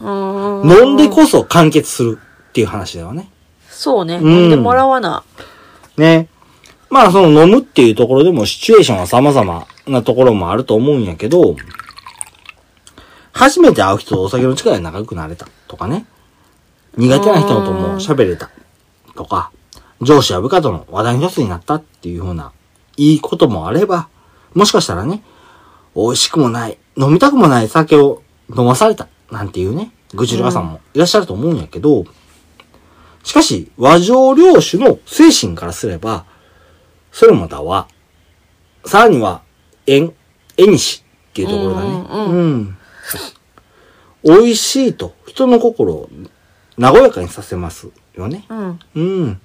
Speaker 2: うーん。
Speaker 1: 飲んでこそ完結するっていう話だよね。
Speaker 2: そうね。
Speaker 1: ん
Speaker 2: 飲んでもらわな。
Speaker 1: ね。まあ、その飲むっていうところでもシチュエーションは様々なところもあると思うんやけど、初めて会う人とお酒の力で仲良くなれたとかね。苦手な人とも喋れたとか、上司や部下との話題の一つになったっていうふうな、いいこともあれば、もしかしたらね、美味しくもない、飲みたくもない酒を飲まされた、なんていうね、愚痴るさんもいらっしゃると思うんやけど、しかし、和上領主の精神からすれば、それもまた和。さらには、縁、縁西っていうところだね。
Speaker 2: うんうん
Speaker 1: うん美味しいと、人の心を和やかにさせますよね。
Speaker 2: うん。
Speaker 1: うん。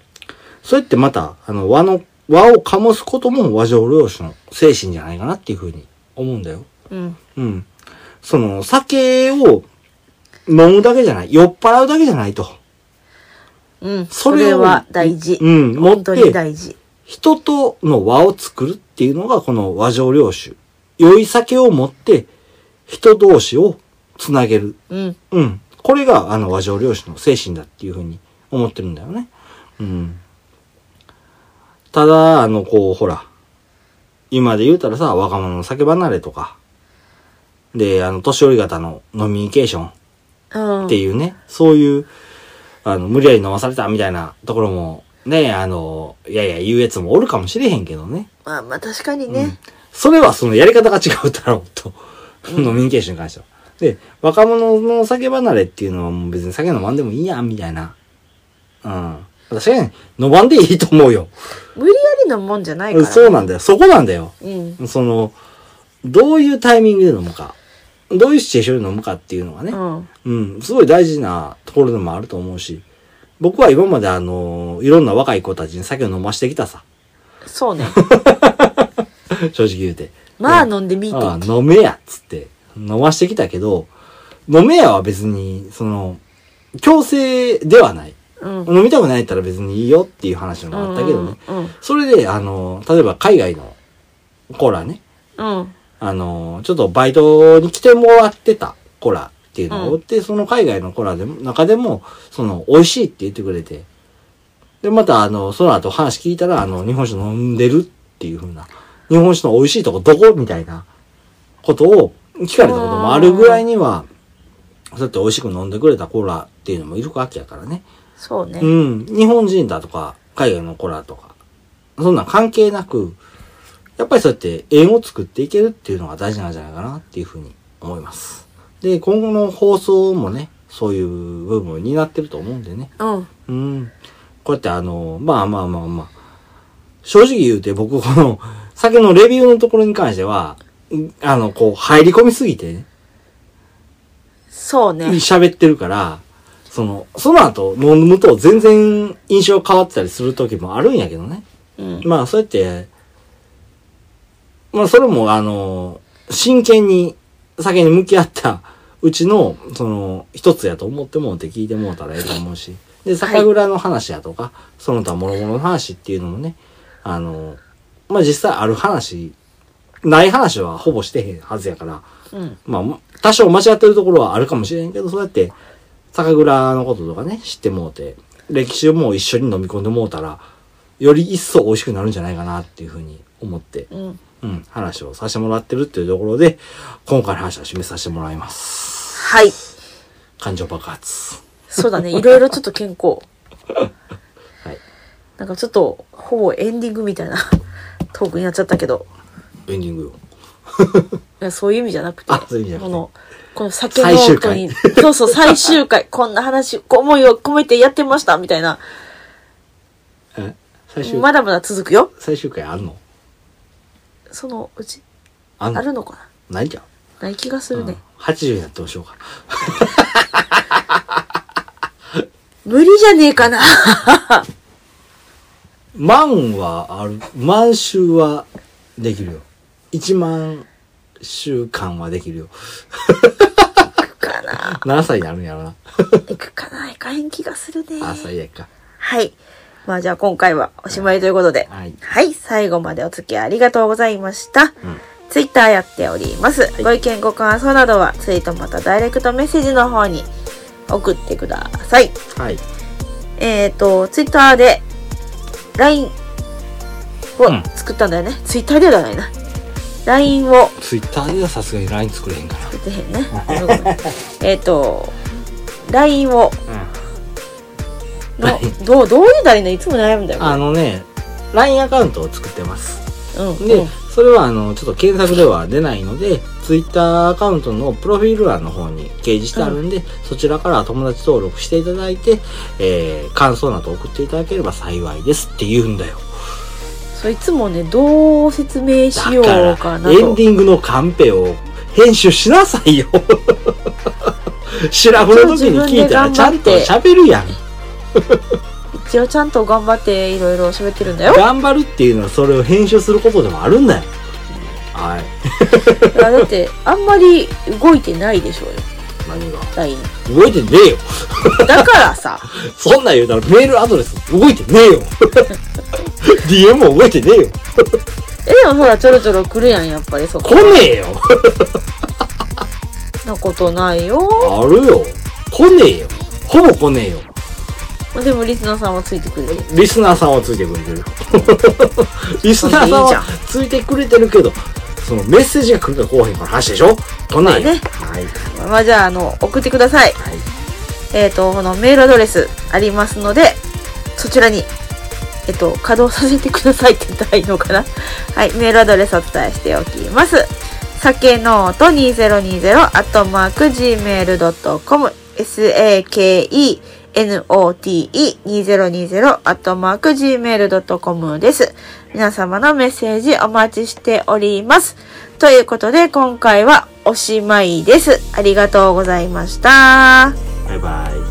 Speaker 1: そうやってまた、あの、和の、和を醸すことも和上領主の精神じゃないかなっていうふうに思うんだよ。
Speaker 2: うん。
Speaker 1: うん。その、酒を飲むだけじゃない、酔っ払うだけじゃないと。
Speaker 2: うん。
Speaker 1: そ
Speaker 2: そ
Speaker 1: れを
Speaker 2: れは大事。
Speaker 1: うん持って
Speaker 2: 本当に大事。
Speaker 1: 人との和を作るっていうのがこの和上領主。酔い酒を持って、人同士をつなげる
Speaker 2: うん。
Speaker 1: うん。これが、あの、和上領主の精神だっていうふうに思ってるんだよね。うん。ただ、あの、こう、ほら、今で言うたらさ、若者の酒離れとか、で、あの、年寄り方の飲みニケーション
Speaker 2: うん。
Speaker 1: っていうね、そういう、あの、無理やり飲まされたみたいなところも、ね、あの、いやいや、言うやつもおるかもしれへんけどね。
Speaker 2: まあまあ確かに
Speaker 1: うん
Speaker 2: ね。
Speaker 1: それはそのやり方が違うだろうと。飲みニケーションに関しては。で、若者の酒離れっていうのはもう別に酒飲まんでもいいやん、みたいな。うん。私はね、飲まんでいいと思うよ。
Speaker 2: 無理やりのもんじゃないから。
Speaker 1: そうなんだよ。そこなんだよ。
Speaker 2: うん。
Speaker 1: その、どういうタイミングで飲むか。どういうシチュエーションで飲むかっていうのはね。
Speaker 2: うん。
Speaker 1: うん、すごい大事なところでもあると思うし、僕は今まであの、いろんな若い子たちに酒を飲ましてきたさ、
Speaker 2: そうね。
Speaker 1: 正直言うて。
Speaker 2: まあ
Speaker 1: で
Speaker 2: 飲んでみいて。
Speaker 1: ああ飲めやっつって、飲ましてきたけど、飲めやは別に、その、強制ではない。
Speaker 2: うん。
Speaker 1: 飲みたくないったら別にいいよっていう話もあったけどね。
Speaker 2: うん。
Speaker 1: それで、あの、例えば海外の子らね、
Speaker 2: うん。
Speaker 1: あの、ちょっとバイトに来てもらってたコラっていうのを追って、その海外のコラでも、中でも、その、美味しいって言ってくれて、で、また、あの、その後話聞いたら、あの、日本酒飲んでるっていう風な、日本酒の美味しいとこどこみたいなことを聞かれたこともあるぐらいには、そうやって美味しく飲んでくれたコーラっていうのもいるわけやからね。
Speaker 2: そうね。
Speaker 1: うん。日本人だとか、海外のコラとか、そんなん関係なく、やっぱりそうやって縁を作っていけるっていうのが大事なんじゃないかなっていうふうに思います。で、今後の放送もね、そういう部分になってると思うんでね。
Speaker 2: うん。
Speaker 1: うん。こうやってあの、まあまあまあまあ。正直言うて僕この、酒のレビューのところに関しては、んあの、こう、入り込みすぎてね、
Speaker 2: そうね。
Speaker 1: 喋ってるから、その、その後飲むと全然印象変わってたりする時もあるんやけどね。
Speaker 2: うん。
Speaker 1: まあそうやって、まあそれもあの、真剣に酒に向き合ったうちの、その、一つやと思ってもうて聞いてもうたらええと思うし、で、酒蔵の話やとか、その他諸々の話っていうのもね、あの、まあ実際ある話、ない話はほぼしてへんはずやから、
Speaker 2: うん。
Speaker 1: まあ、多少間違ってるところはあるかもしれんけど、そうやって、酒蔵のこととかね、知ってもうて、歴史をもう一緒に飲み込んでもうたら、より一層美味しくなるんじゃないかなっていうふうに思って、
Speaker 2: うん。
Speaker 1: うん、話をさせてもらってるっていうところで、今回の話は締めさせてもらいます。
Speaker 2: はい。
Speaker 1: 感情爆発。
Speaker 2: そ うだね。いろいろちょっと健康。
Speaker 1: はい。
Speaker 2: なんかちょっと、ほぼエンディングみたいな トークになっちゃったけど、
Speaker 1: エンディングよ。
Speaker 2: いやそういう意味じゃなくて、
Speaker 1: あそういう意味じゃなくて
Speaker 2: この、この酒の
Speaker 1: 最終
Speaker 2: 音
Speaker 1: 回
Speaker 2: に、そうそう、最終回、こんな話、思いを込めてやってました、みたいな。
Speaker 1: え最終、
Speaker 2: まだまだ続くよ。
Speaker 1: 最終回あるの
Speaker 2: そのうち、
Speaker 1: あんの
Speaker 2: あるのかな
Speaker 1: ないじゃん。
Speaker 2: ない気がする
Speaker 1: うん
Speaker 2: ね。、
Speaker 1: 80になってましょうか。
Speaker 2: 無理じゃねえかな
Speaker 1: 万はある、万周はできるよ。一万週間はできるよ。
Speaker 2: いくかな
Speaker 1: 何歳になるんやろな。
Speaker 2: いくかないかへん気がするね。
Speaker 1: あ、最悪か。
Speaker 2: はい。まあじゃあ今回はおしまいということで。
Speaker 1: はい
Speaker 2: 最後までお付き合いありがとうございました。ツイッターやっております。
Speaker 1: い
Speaker 2: ご意見、ご感想などはツイートまたダイレクトメッセージの方に送ってください。
Speaker 1: はい。
Speaker 2: えっ、ー、と、ツイッターで LINE
Speaker 1: うん
Speaker 2: を作ったんだよね。ツイッターではないな。LINE を
Speaker 1: ツイッターではさすがに LINE 作れへんか
Speaker 2: 出てへんね。ごめんごめんえっと、LINE を
Speaker 1: ら。
Speaker 2: の
Speaker 1: はい、
Speaker 2: どう、どういうだりのいつも悩むんだよ。
Speaker 1: あのね、LINE アカウントを作ってます。
Speaker 2: うん。
Speaker 1: で、
Speaker 2: うん
Speaker 1: それはあの、ちょっと検索では出ないので、ツイッターアカウントのプロフィール欄の方に掲示してあるんで、そちらから友達登録していただいて、えー、感想など送っていただければ幸いですって言うんだよ。
Speaker 2: そういつもねどう説明しよう
Speaker 1: だ
Speaker 2: か
Speaker 1: か
Speaker 2: な
Speaker 1: ら、エン
Speaker 2: と
Speaker 1: ディングのカンペを編集しなさい よ。シラフの時に聞いたらちゃんと喋るやん。
Speaker 2: 一応ちゃんと頑張っていろいろ喋ってるんだよ
Speaker 1: 頑張るっていうのはそれを編集することでもあるんだよ。はい。
Speaker 2: だからだってあんまり動いてないでしょうよ
Speaker 1: 何が
Speaker 2: LINE
Speaker 1: 動いてねえよ。
Speaker 2: だか らさ
Speaker 1: そんなん言うたらメールアドレス動いてねえ よ。DM も動いてねえよ。
Speaker 2: えでもほらちょろちょろ来るやんやっぱりそこ
Speaker 1: 来ねえよ。
Speaker 2: なことないよ
Speaker 1: あるよ。来ねえよ。ほぼ来ねえよ。
Speaker 2: でもリスナーさんはついてくれてる
Speaker 1: リスナーさんはついてくれてる。 リスナーさんはついてくれてるけど、そのメッセージが来るか来おへんから話でしょ来ないよ。
Speaker 2: ね
Speaker 1: はい。
Speaker 2: まあじゃああの送ってください
Speaker 1: はい。
Speaker 2: えっ、とこのメールアドレスありますのでそちらにえっと、稼働させてくださいって言ったらいいのかな はい、メールアドレスをお伝えしておきます。さけのーと2020アットマーク gmail.com sakenote2020 アットマーク gmail.com です。皆様のメッセージお待ちしております。ということで今回はおしまいです。ありがとうございました。
Speaker 1: バイバイ。